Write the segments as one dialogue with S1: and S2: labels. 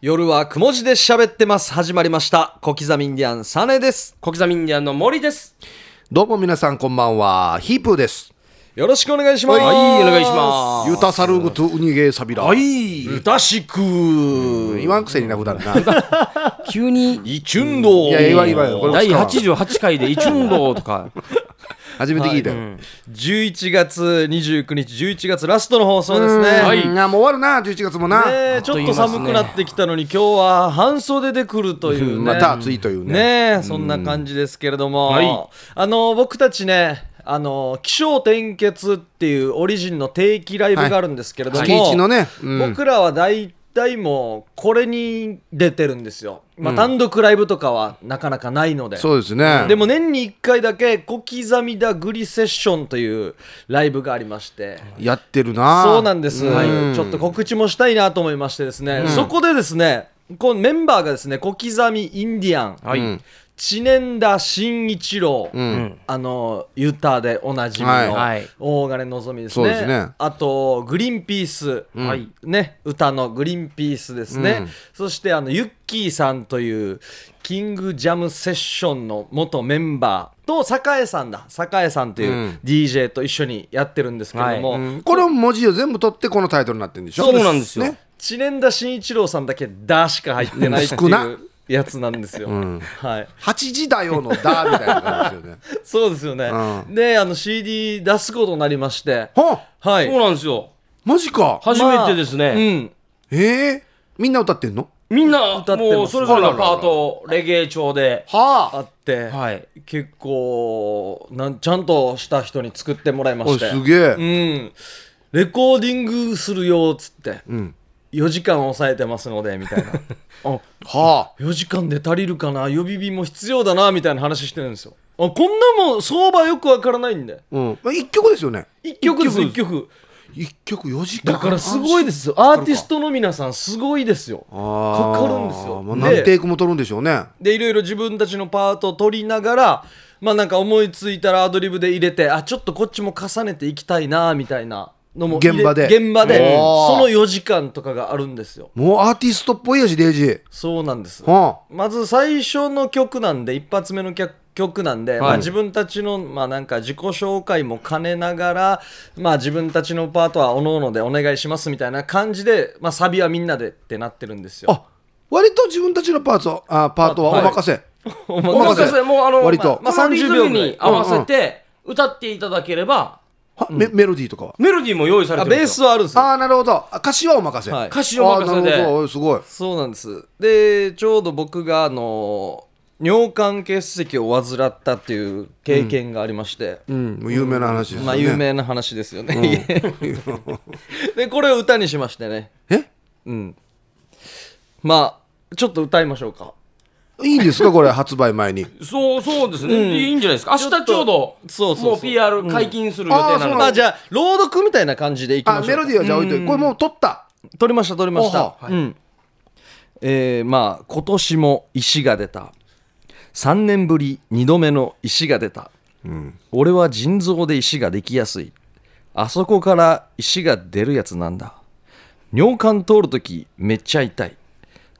S1: 夜はくも字で喋ってます。始まりました。小刻みインディアン、サネです。
S2: 小刻みインディアンの森です。
S3: どうも皆さんこんばんはヒープーです
S1: よろしくお願いします。
S2: はいお願いします
S3: ユタサルグトゥウニゲーサビラ
S2: い、ゆたしく。
S3: 言わんくせにな 普段な
S2: 急に。
S1: す。イチュンドー
S3: いや言わん言わんこれ
S2: 第
S3: 使わん
S2: 88回でイチュンドーとか。
S3: 初めて聞いたよ、
S1: 11月29日、11月ラストの放送ですね。
S2: はい
S3: うんあもう終わるな11月もな、
S1: ねえちょっと寒くなってきたのに、今日は半袖で来るというね。
S3: また暑いというね
S1: ねえそんな感じですけれども、
S2: はい
S1: あの僕たちねあの気象転結っていうオリジンの定期ライブがあるんですけれども、
S3: はい月一のねうん
S1: 僕らは大体もうこれに出てるんですよ、まあ、単独ライブとかはなかなかないので、
S3: そうですね
S1: でも年に1回だけ「小刻みだグリセッション」というライブがありまして
S3: やってるな
S1: そうなんです、
S3: うん
S1: ちょっと告知もしたいなと思いましてですね、そこでですねこのメンバーがですね小刻みインディアン、
S2: はい。
S3: うん
S1: 知念田真一郎、
S3: うん
S1: あのユーターでおなじみ
S3: はい
S1: の
S2: はい
S1: 大金のぞみです
S3: そう
S1: ね,、
S3: ですね
S1: あとグリーンピース、
S2: はい
S1: ね、歌のグリーンピースですね、そしてあのユッキーさんというキングジャムセッションの元メンバーと栄さんだ栄さんといううん DJ と一緒にやってるんですけれども、
S3: うんこれを文字を全部取ってこのタイトルになってるんでしょ
S2: そうなんですよ。
S3: ね
S1: 知念田真一郎さんだけ「だ」しか入ってないって
S3: う
S1: い
S3: ん少な
S1: うやつなんですよ。はい
S3: 8時だよのだみたいな感じですよね
S1: そうですよね。
S3: う
S1: で、あの CD 出すことになりまして、
S3: ほん
S1: はい。
S2: そうなんですよ。
S3: マジか
S2: 初めてです
S1: う
S2: ね。
S1: ん。
S3: えー、みんな歌ってんの
S2: みんな、
S1: 歌ってます
S2: もうそれぞれのパート、レゲエ調で。
S1: あ
S3: はあ
S1: って、
S2: はい。
S1: 結構なん、ちゃんとした人に作ってもらいま
S3: おい
S1: して。
S3: すげえ、
S1: うん。レコーディングするよ、つって。
S3: ん
S1: 4時間抑えてますので、みたい な。あ
S3: はあ
S1: 4時間で足りるかな予備日も必要だな、みたいな話してるんですよ。あこんなもん、相場よくわからないんで。
S3: うん、まあ、1曲ですよね
S1: 1曲です、1
S2: 一
S1: 曲。
S3: 一曲4時間
S1: だからすごいですよ。アーティストの皆さん、すごいですよ。
S3: あー
S1: かかるんですよ
S3: まあ、
S1: で
S3: 何テイクも取るんでしょうね
S1: でいろいろ自分たちのパートを取りながらまあなんか思いついたらアドリブで入れてあちょっとこっちも重ねていきたいなみたいなのも入れ
S3: 現場で
S1: 現場で
S3: おー
S1: その4時間とかがあるんですよ
S3: もうアーティストっぽいやしデイジー
S1: そうなんです
S3: は
S1: まず最初の曲なんで一発目の曲曲なんで、まあ、
S2: はい
S1: 自分たちの、まあ、なんか自己紹介も兼ねながら、まあ、自分たちのパートはおののでお願いしますみたいな感じで、まあ、サビはみんなでってなってるんですよ。
S3: あ割と自分たちのパーツをあパートは
S1: はい
S3: お任せ、
S1: お
S3: お任せ
S2: そうですねもうあの、
S3: 割と
S2: まあ、
S1: まあ
S2: 30
S1: 30秒
S2: 秒に合わせて、歌っていただければ、
S3: はメメロディーとかは、
S2: メロディーも用意され
S1: あ
S2: てるん
S1: ベ
S2: で
S1: ー
S2: す
S1: ス
S2: よ。
S1: はあるんですよ
S3: ああなるほどあ歌詞はお任せ、
S1: はい
S2: 歌詞をお任せ
S3: あーなるほ
S2: で。
S3: どおいすごい
S1: そうなんですでちょうど僕があの尿管結石を患ったっていう経験がありまして、
S3: うんもう有名な話ですよね、
S1: まあ有名な話ですよね、 でこれを歌にしましてね
S3: え
S1: うんまあちょっと歌いましょうか
S3: いいんですかこれ発売前に
S2: そう、そうですね。いいんじゃないですか。明日ちょうど、
S1: そうそうそう
S2: もう PR 解禁する予定な
S3: あーそう
S1: ま
S3: な
S2: の
S1: あ
S3: ん
S2: で。
S1: じゃあ朗読みたいな感じでいきましょ
S3: あ
S1: うか
S3: メロディーはじゃあ置いといてこれもう取った
S1: 撮りました撮りまし
S3: お
S1: た
S3: は、
S1: うんえーまあ今年も石が出た3年ぶり2度目の石が出た、俺は腎臓で石ができやすいあそこから石が出るやつなんだ尿管通るときめっちゃ痛い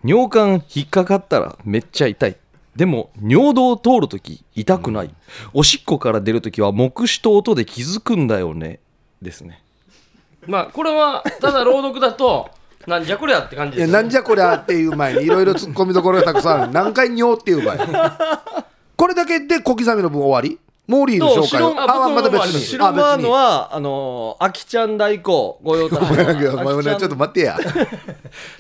S1: 尿管引っかかったらめっちゃ痛いでも尿道を通るとき痛くない、おしっこから出るときは目視と音で気づくんだよねですね
S2: まあ、これは、ただ朗読だと、なんじゃこりゃって感じ
S3: い
S2: で
S3: や
S2: すよ
S3: な
S2: ね
S3: ん。じゃこりゃっていう前にいろいろツッコミどころがたくさんある何回尿っていう場合これだけで小刻みの分終わりモーリーの
S1: と
S3: 紹介
S1: 白
S3: を
S2: あ
S3: あ
S2: 僕の
S3: また別
S2: 分
S3: に
S1: 白
S3: あ
S1: 間アーノ
S3: は
S1: はあのー、アキちゃん代行御用達の
S3: お前もね
S1: アキ
S3: ちょっ
S1: ちゃ
S3: と
S1: ん
S3: 待ってや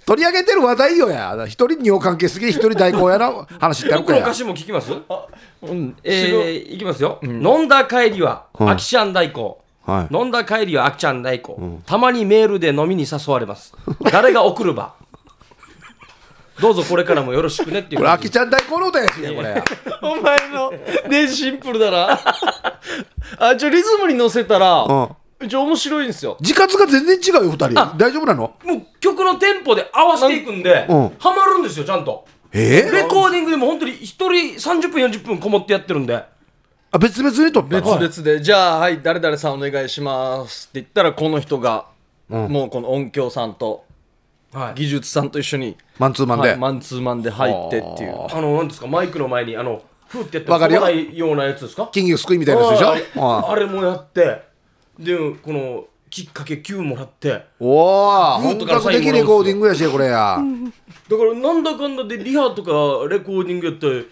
S3: 取り上げてる話題よや一人尿関係すぎ一人代行やな話ってある
S2: 僕
S3: か
S2: の
S3: や
S2: 歌詞も聞きます
S1: うん
S2: えー、いきますよ、飲んだ帰りは、
S3: ん
S2: あきちゃん代行。
S3: はい
S2: 飲んだ帰りは、あきちゃん代行、たまにメールで飲みに誘われ ます。誰が送るば。どうぞこれからもよろしくねっていう
S3: これ
S2: 感
S3: あ
S2: じ
S3: きちゃん代行の歌やしやこれ
S1: お前のねシンプルだな あじゃあリズムに乗せたら、一応面白いんですよ
S3: 自活が全然違うよ二人
S2: あ
S3: 大丈夫なの
S2: もう曲のテンポで合わせていくんで、
S3: うん
S2: ハマるんですよ、ちゃんと。
S3: え
S2: レ
S3: ー
S2: コーディングでも本当に一人30分、40分こもってやってるんで。
S3: あ別々に取ったの
S1: 別々でじゃあはい誰々さんお願いしますって言ったらこの人が、もうこの音響さんと
S2: はい
S1: 技術さんと一緒に
S3: マンツーマンで
S1: はいマンツーマンで入ってっていう
S2: あの、なんですか、マイクの前に、あの、ふーってやって
S3: わかるよ
S2: ないようなやつですか
S3: 金魚すくいみたいなやつでしょ
S2: はい
S3: うん
S2: あれもやって、で、この、きっかけ9もらって、
S3: おお
S2: グー
S3: 本
S2: とか
S3: 格
S2: 最後
S3: 的レコーディングやしこれや
S2: だからなんだかんだでリハとかレコーディングやって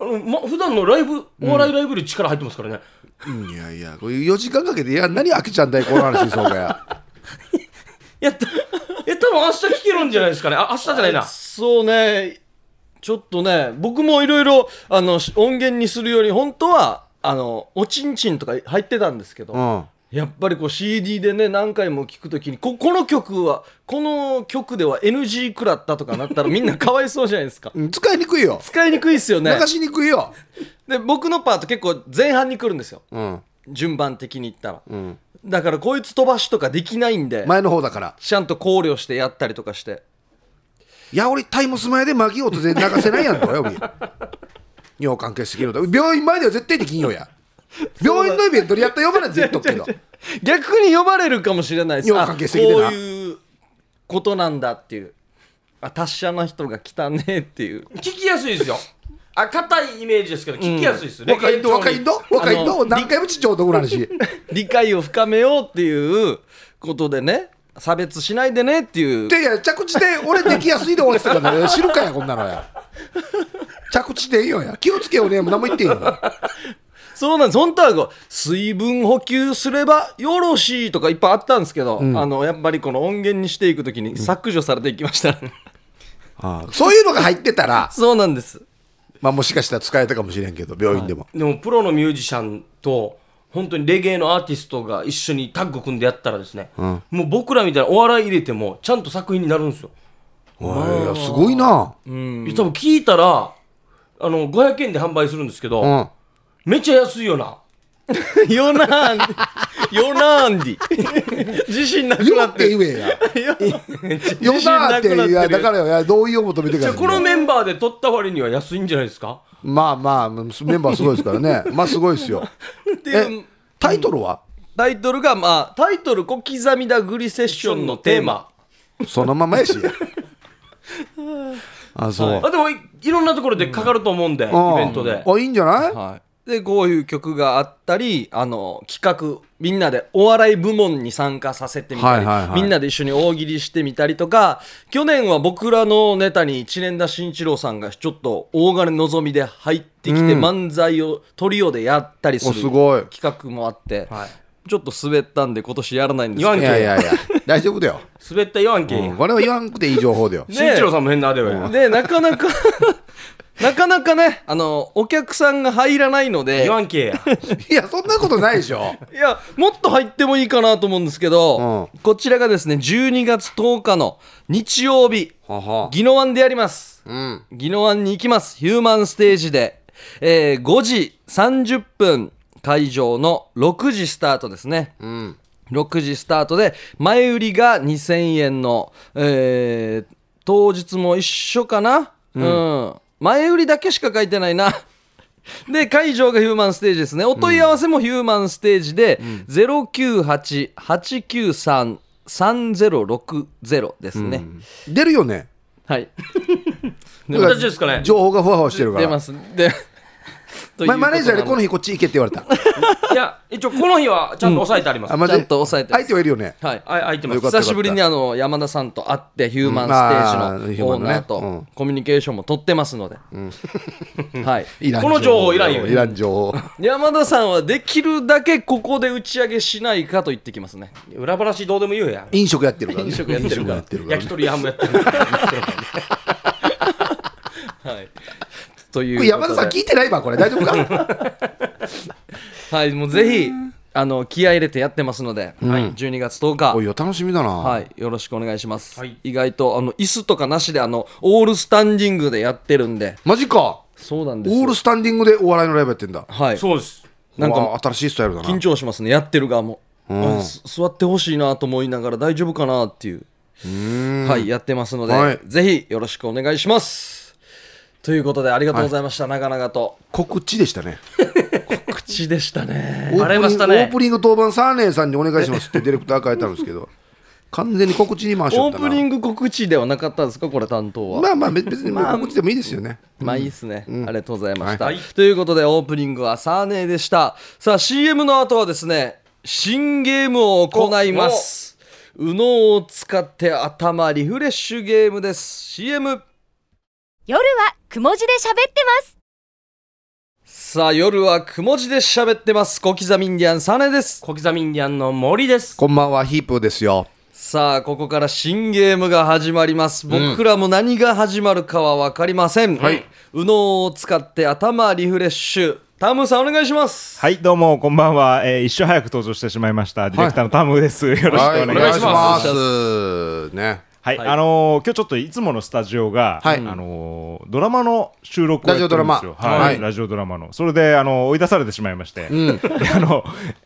S2: あの、ま、普段のライブお笑いライブより力入ってますから ね、
S3: いやいやこれ4時間かけていや何飽きちゃんだいこの話そうかや
S2: やったえ多分明日聞けるんじゃないですかねあ明日じゃないな
S1: そうねちょっとね僕もいろいろあのし音源にするより本当はあのおちんちんとか入ってたんですけど、
S3: うん
S1: やっぱりこう CD でね何回も聞くときにここの曲はこの曲では NG 食らったとかなったら みんなかわいそうじゃないですか
S3: うん使いにくいよ
S1: 使いにくいですよね
S3: 流しにくいよ
S1: で僕のパート結構前半に来るんですよ
S3: うん
S1: 順番的に言ったら
S3: うん
S1: だからこいつ飛ばしとかできないんで
S3: 前の方だから
S1: ちゃんと考慮してやったりとかして
S3: いや俺タイムスマイで巻き音で流せないやんとよ俺尿関係すぎると病院前では絶対に金曜や病院のイベントでやったら呼ばないと絶 対けど
S1: 逆に呼ばれるかもしれないです
S3: よう
S1: あ
S3: か
S1: こう
S3: けすぎてな
S1: いうことなんだっていうあ達者な人が来たねっていう
S2: 聞きやすいですよあ硬いイメージですけど聞きやすいですね、
S3: 若いんど若いんど若いん
S1: あ
S3: ど
S1: の
S3: 何回もちっちゃい男の話
S1: 理解を深めようっていうことでね差別しないでねっていう
S3: でいや着地で俺できやすいで終わってたからね知るかやこんなのや着地でいいよや気をつけようねもう何も言ってんよ
S1: そうなんです本当はこう水分補給すればよろしいとかいっぱいあったんですけど、あのやっぱりこの音源にしていくときに削除されていきました、
S3: そういうのが入ってたら
S1: そうなんです
S3: まあもしかしたら使えたかもしれんけど病院でも、
S2: でもプロのミュージシャンと本当にレゲエのアーティストが一緒にタッグ組んでやったらですね、もう僕らみたいなお笑い入れてもちゃんと作品になるんですよ、
S3: おいいやすごいな
S2: いや多分聞いたらあの500円で販売するんですけど、
S3: うん
S2: めっちゃ安いよな
S1: ヨナーンディヨナーンデ ィ自信なくなっ
S3: よっ
S1: て
S3: て言えや
S1: よ
S3: よなーっていやだかららよいや同意を求めてか
S2: じゃ
S3: ら
S2: あこのメンバーで取った割には安いんじゃないですか
S3: まあまあメンバーすごいですからねまあすごいですよ
S1: っていう
S3: えタイトルは
S1: タイトルがまあタイトル「小刻みだグリセッション」のテーマ
S3: そのままやしあそう、
S2: あでもいいろんなところでかかると思うんで、
S3: うん
S2: イベントで、
S3: あいいんじゃない、
S1: はいでこういう曲があったりあの企画みんなでお笑い部門に参加させてみたり、
S3: はいはいはい
S1: みんなで一緒に大喜利してみたりとか去年は僕らのネタに知念田慎一郎さんがちょっと大金のぞみで入ってきて、
S3: うん
S1: 漫才をトリオでやったりす
S3: お
S1: る
S3: すごい
S1: 企画もあって、
S2: はい
S1: ちょっと滑ったんで今年やらないんです
S2: 言わん
S1: け
S3: い
S2: け
S3: やいやいや大丈夫だよ、
S2: 滑ったよアンキ
S3: うんこれは言わんくていい情報だよ
S1: ね
S2: 慎一郎さんも変なあれよ、
S1: どでなかなか なかなかねあのお客さんが入らないので
S2: 言わんけや
S3: いやそんなことないでしょ
S1: いやもっと入ってもいいかなと思うんですけど、
S3: う
S1: こちらがですね12月10日の日曜日
S3: はは
S1: 宜野湾でやります
S3: うん
S1: 宜野湾に行きますヒューマンステージで、えー5時30分会場の6時スタートですね
S3: うん
S1: 6時スタートで前売りが2000円の、えー当日も一緒かな、うん前売りだけしか書いてない なで会場がヒューマンステージですねお問い合わせもヒューマンステージで、098-893-3060ですね、
S3: 出るよね
S1: はい
S2: 私ですかね
S3: 情報がふわふわしてるか
S1: 出ま
S3: ら
S1: すでという
S3: ま
S1: こ
S3: マネージャーにこ
S1: の
S3: の日こっち行けって言われた
S2: いや一応この日はちゃんと押さえてあります、
S3: あマ
S1: ち
S3: ジ
S1: ゃ
S3: で
S1: んと押さえてま
S3: 相
S1: す
S3: 手はいるよね
S1: はい
S2: あ開いてま
S3: よ
S2: す
S3: かった
S1: 久しぶりにあの山田さんと会ってヒューマンステージのオーナー
S3: うんまあ
S1: とコミュニケーションも取ってますので、はい、
S3: いらん
S2: この情報いらんよ
S3: いらん情報
S1: 山田さんはできるだけここで打ち上げしないかと言ってきますね
S2: 裏話どうでも言うや
S3: 飲食やってるからね
S1: 飲食やってるから
S3: 飲食やってるからね
S2: 焼き鳥屋もやってるから
S1: はいということ
S3: これ
S1: で
S3: 山田さん聞いてないわこれ大丈 夫か
S1: はいもうぜひあの気合い入れてやってますので、はい12月10日
S3: おいよ楽しみだな
S1: はい、よろしくお願いします、
S2: はい
S1: 意外とあの椅子とかなしであのオールスタンディングでやってるんで
S3: マジか
S1: そうなんです
S3: オールスタンディングでお笑いのライブやってんだ
S1: はい
S2: そうです
S1: なんか
S3: うわ新しいスタイルだな
S1: 緊張しますねやってる側も、
S3: ん
S1: あす座ってほしいなと思いながら大丈夫かなっていうはいやってますので、
S3: はい
S1: ぜひよろしくお願いしますということでありがとうございました、長々と
S3: 告知でしたね
S1: 口でしたね
S2: バレましたね
S3: オープニングオープニング当番サーネーさんにお願いしますってディレクター書いてあるんですけど完全に告知に回しよ
S1: オ
S3: った
S1: ー
S3: な
S1: プニング告知ではなかったんですかこれ担当は
S3: まあまあ別別にもう告知でもいいですよね、
S1: まあいいっすね、ありがとうございました、
S2: はい
S1: ということでオープニングはサーネーでしたさあ CM の後はですね新ゲームを行います右脳を使って頭リフレッシュゲームです CM
S4: 夜はくも字で喋ってます
S1: さあ夜はくも字で喋ってます小刻みインディアンサーネーです
S2: 小刻みインディアンの森です
S3: こんばんはヒープーですよ
S1: さあここから新ゲームが始まります僕らも何が始まるかは分かりません、
S2: はい
S1: 右脳を使って頭リフレッシュタムさんお願いします
S5: はい、どうも、こんばんは。えー一緒早く登場してしまいました。ディレクターのタムです。よろしくお願いし
S2: お願い
S5: ます。
S2: します
S3: ね
S5: はい、あのー今日ちょっといつものスタジオが、
S3: はい
S5: あのードラマの収録をやってるんですよ。
S3: ラジオドラマ
S5: は
S3: はい
S5: い、ラジオドラマの。それで、あのー追い出されてしまいまして、 であの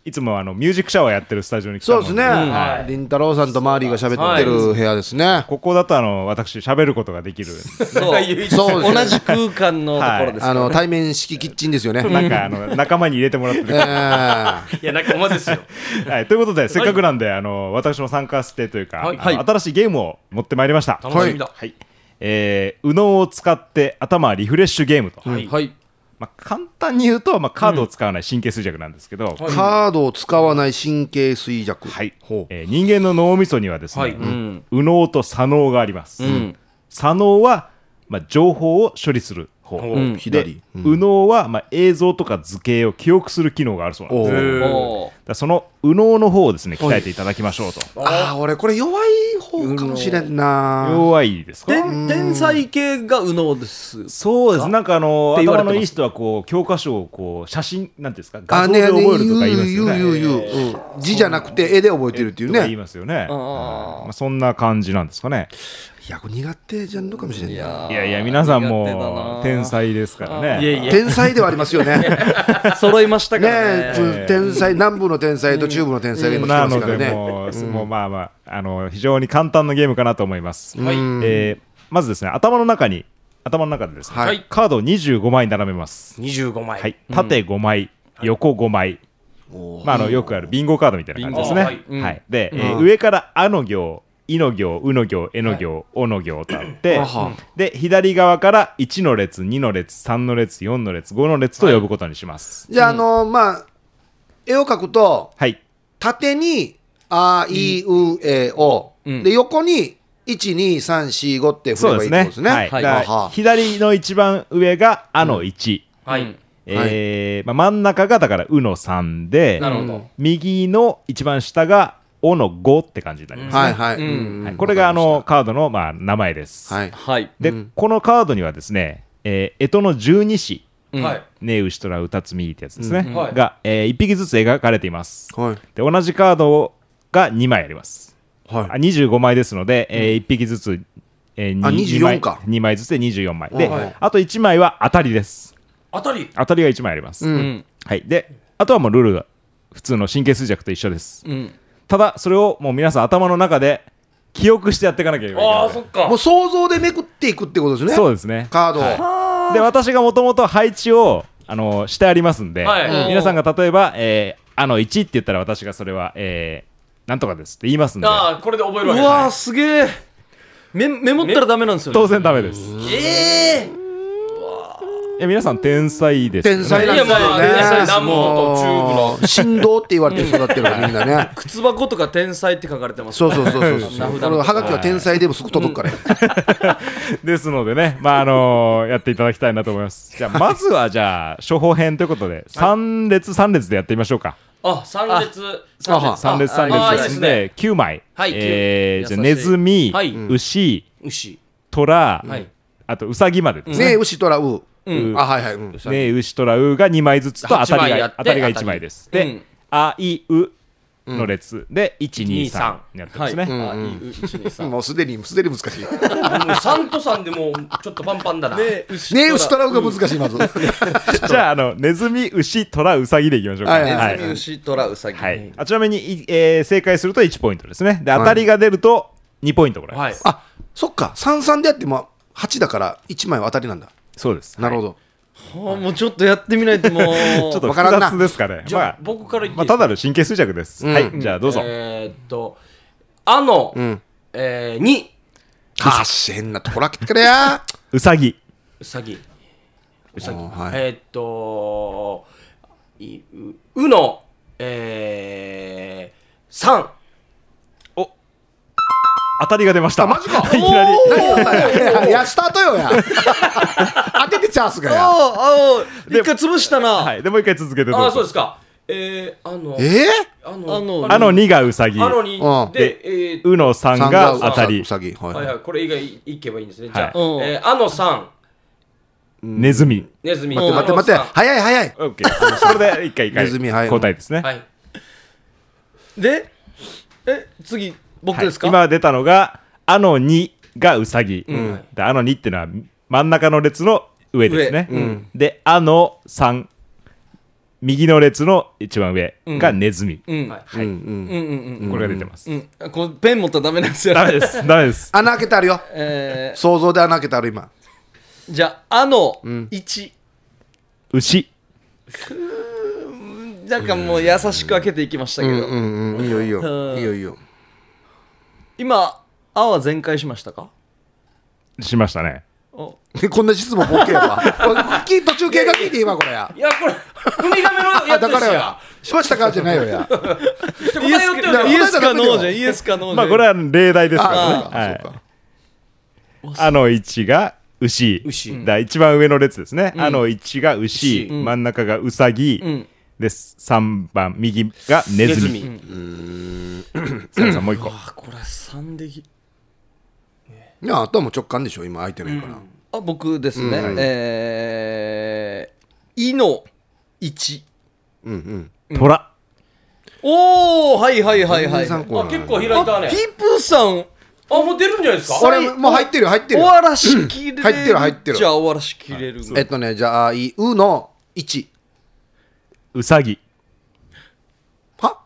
S5: いつもあのミュージックシャワーやってるスタジオに来た
S3: そう
S5: の
S3: ですね、りんたろうさんとマーリーが喋ってる部屋ですね、
S5: ここだとあの私喋ることができ る。
S1: そう
S3: そうですね
S1: 同じ空間のところです、
S3: あの対面式キッチンですよね
S5: なんかあの仲間に入れてもらってる
S3: え。ー
S2: いや仲間ですよ
S5: はい、ということで、せっかくなんで、あの私も参加してというか、
S2: はい
S5: あの新しいゲームを持ってまいりました。
S2: 楽しみだ
S5: はいえー右脳を使って頭リフレッシュゲームと、
S2: はい
S1: はい
S5: まあ、簡単に言うと、まあ、カードを使わない神経衰弱なんですけど、はい
S3: カードを使わない神経衰弱ほう
S5: えー人間の脳みそにはですね、
S2: はい
S1: うん
S5: 右脳と左脳があります、
S1: うん
S5: 左脳は、まあ、情報を処理する方、
S2: お
S1: うん
S3: 左
S5: で右脳は、まあ、映像とか図形を記憶する機能があるそうなんで
S3: お
S5: すだか
S3: う
S1: おー
S5: らその右脳の方をですね鍛えていただきましょうと、
S3: ああ俺これ弱い方かもしれんな
S5: 弱いですか
S1: で天才系が右脳です
S5: そうです。なんかあの
S1: って言われ
S5: 頭
S1: てます
S5: のいい人はこう教科書をこう写真なんていうんですか
S3: あ
S5: 画像
S3: ね
S5: で
S3: ね
S5: 覚えるとか言います
S3: 言
S5: よ
S3: う
S5: ね。
S3: 言う言う言ううん字じゃなくて絵で覚えてるっていう
S5: とか言い
S3: ね
S5: ますよね。
S1: あー
S5: はいまあそんな感じなんですかね。
S3: いやこれ苦手じゃんのかもしれんない
S5: やいや皆さん
S1: 苦手だな
S5: も天才ですからね。
S2: いやいや
S3: 天才ではありますよ ねね
S1: 揃いましたからね
S3: えつ天才南部の天才と中部の天才が今来て
S5: な
S3: ます
S5: の
S3: から
S5: で
S3: ね
S5: もう、もうまあまああの非常に簡単なゲームかなと思います。
S2: はい
S5: えーまずですね頭の中に頭の中でですね、
S3: はい
S5: カードを25枚並べます。
S2: 25枚
S5: はい縦5枚、横5枚。まあ、あのよくあるビンゴカードみたいな感じですね。
S2: ビ
S5: は
S2: ン
S5: い
S1: ゴはい
S5: で、えー上から「あ」の行「い」の行「う」の行「え」の行「お」の行とあって、で左側から1の列2の列3の列4の列5の列と呼ぶことにします。
S3: じゃああのまあ絵を描くと
S5: はい、
S3: 縦に「あいうえお」で横に12345って振
S5: そ
S3: れ
S5: う
S3: ば
S5: で
S3: いい
S5: す
S3: ってことです
S5: ね
S3: ね。
S5: はい、
S1: はい
S5: だ
S3: は
S5: から
S3: は
S5: 左の一番上が「あ」の1、
S2: はい
S5: えーまあ、真ん中がだから「う」の3で
S2: なるほど
S5: 右の一番下が「お」の5って感じになります、
S3: はいはい。
S1: ん
S3: うん
S5: はいこれがあのカードの、まあ、名前です。
S3: はい。
S1: はい
S5: で、このカードにはですね、えー、干支の十二支、
S2: はい
S5: ネウシトラウタツミーってやつですね、
S2: んはい
S5: が、え1匹ずつ描かれています。
S3: はい。
S5: で、同じカードが2枚あります。
S3: は
S5: あ25枚ですので、え1匹ずつ、えー、
S3: あ
S5: に
S3: 24
S5: 二枚
S3: か
S5: 2枚ずつで24枚。で、
S3: はい
S5: あと1枚は当たりです。
S2: 当たり
S5: 当たりが1枚あります。
S1: うん
S5: はい。で、あとはもうルールが普通の神経衰弱と一緒です。
S1: うん
S5: ただ、それをもう皆さん頭の中で記憶してやっていかなきゃいけない
S2: あ
S5: の
S2: あ
S5: で。
S2: そっか
S3: い。もう想像でめくっていくってことですね。
S5: そうですね。
S3: カードを。
S5: で私がもともと配置をあのしてありますんで、
S2: はい
S5: 皆さんが例えば、えーあの1って言ったら私がそれは、えーなんとかですって言いますんで
S2: ああこれで覚え
S1: う
S2: るわけですね
S1: わーすげえメメモったらダメなんですよね
S5: 当然ダメです
S2: ええ
S5: いや皆さん天才ですよね
S3: 天才なんです
S2: いやま
S3: よ
S2: あ
S3: ね。
S2: 天才南本と中部
S3: もう振動って言われて育ってるからみんなね。
S1: 靴箱とか天才って書かれてます
S3: そうそうそうそうそう。
S1: 名札
S3: このハガキは天才でもすぐ届くから。
S5: ですのでね、まああのーやっていただきたいなと思いますじゃあまずはじゃあ処方編ということで3列3列でやってみましょうか
S2: あ三列
S3: あ
S2: 三
S3: は
S2: 列
S5: 3列3
S2: あ
S5: 列
S2: いいですね
S5: 9枚、
S2: はい
S5: え
S1: 九
S5: ーじゃあネズミ、
S2: はい
S5: 牛
S2: 牛
S5: 虎、
S2: はい
S5: あとウサギまでですね
S3: ねえ、牛とらう。あ、はいはい。うん
S5: ね、牛とらうが2枚ずつと当
S2: 八
S5: た
S2: 枚
S5: り
S2: やって
S5: が当たりが1枚です。
S1: う
S5: で
S1: ん、
S5: あいうの列で1、2、3になってま
S1: はい
S5: す
S1: あ
S5: ね。
S1: いう一二 三
S3: もうすでに、すでに難しい。ね
S2: もう三と三でもうちょっとパンパンだな
S1: で
S3: え、牛とらうが難しい、まず。
S5: じゃあ、あの、ネズミ、牛、トラ、ウサギでいきましょうか。
S3: はい
S5: は
S1: ネズミ
S5: い
S1: 牛トラウサギ
S5: はいあちなみに、いえー正解すると1ポイントですね。で、当たりが出ると2ポイントもらえ
S2: は
S5: ま
S2: い
S5: す。
S3: あ、そっか。三三であっても八だから一枚は当たりなんだ。
S5: そうです。
S3: なるほ
S5: ど。
S3: ど。
S1: あーもうちょっとやってみないともう
S5: ちょっと
S3: わからん
S5: 複
S3: な
S5: 雑ですかね。
S2: じ
S5: ま
S2: ゃあ
S5: あ、
S2: 僕から言ってい
S5: まあ
S2: いです
S5: た
S2: か
S5: だの神経衰弱です。はい、じゃあどうぞ。
S2: えーっとあの、
S3: ん
S2: えー、に、
S3: はっし変なところ来てくれ や
S5: うさぎ
S2: うさぎ。うさぎ。
S3: おーはい
S2: えーっと、いう、うの、えー、さん。
S5: 当たりが出ましたマジか いきなり
S3: 何お前やスタート よや当ててチャンスがや
S1: ああ一回潰したな、
S5: はいでもう一回続けてどうぞ
S2: あ、そうですか。えー、あの、
S3: え
S2: あの、
S1: あの
S5: あの2がうさぎ
S2: あのに
S3: うん、
S2: で、えー、
S5: うのさん
S3: 三
S5: が当たり
S3: うさぎはい、
S2: はいはい、これ以外いけばいいんですね。じゃあ、
S1: はい
S2: えー、あのさん、
S5: ネズミ
S2: ネズミ。
S1: 待
S3: 待って待って
S2: あのさ
S3: 早い早い
S5: オッケーそれで一回一回
S3: ネズミはい
S5: 答えですね
S2: んはい。
S1: でえ次僕ですか、
S5: はい今出たのがあの2がうさぎ、であの2ってのは真ん中の列の上ですね、
S1: 上う
S5: であの3右の列の一番上がネズミ、
S1: うん
S2: はい
S3: うんう
S1: う
S3: ん
S1: んうん
S5: これが出てます、
S1: うんうんこうペン持ったらダメなんですよ
S5: ダメですダメです
S3: 穴開けてあるよ
S1: え
S3: 想像で穴開けてある今
S1: ーじゃああの1、
S5: 牛
S1: なんかもう優しく開けていきましたけど、
S3: うんうんいいよいいよ
S1: うん
S3: いいよいいよ
S1: 今「あ」は全開しましたか
S5: しましたね
S1: お
S3: えこんな質問ボケやわこれ途中経過聞いて今これや
S2: いや、これ、ウミガメのや
S3: あ
S2: つで
S3: だから
S2: す
S3: や
S2: よ。
S3: しましたかじゃないよや
S2: ちょ答
S1: イエ
S2: え
S1: ス
S2: よってよ
S1: かイエスかノー
S3: 答えた
S1: じ
S3: だけ
S1: ゃ
S3: で
S1: んイエスかノーじゃん
S5: まあこれは例題ですからね
S3: あ、
S5: は
S3: あ
S5: い
S3: そうかそうか
S5: あの1が牛
S2: 牛
S5: だ一番上の列ですね、あの1が牛、
S2: 牛
S5: 真ん中がうさぎ、
S1: ん
S5: で3番右がネズミ
S2: ネズミ
S5: さやさんもう一個
S1: あこれ3でき
S3: いやあとはもう直感でしょ今開いてないから
S1: あ僕ですね、えー「い」の1
S5: トラ、
S1: おおはいはいはいはい
S3: 全然参考
S2: あ、
S3: になら
S2: 結
S3: ない
S2: 構開いたね。
S1: ピープーさん
S2: あ、もう出るんじゃないですか
S3: これもう入ってるよ入って
S1: 終
S3: るよ
S1: わらしきれる
S3: 入ってる入ってる
S1: じゃあ終わらしきれる
S3: えっとねじゃあ「いう」の1
S5: うさぎ
S3: は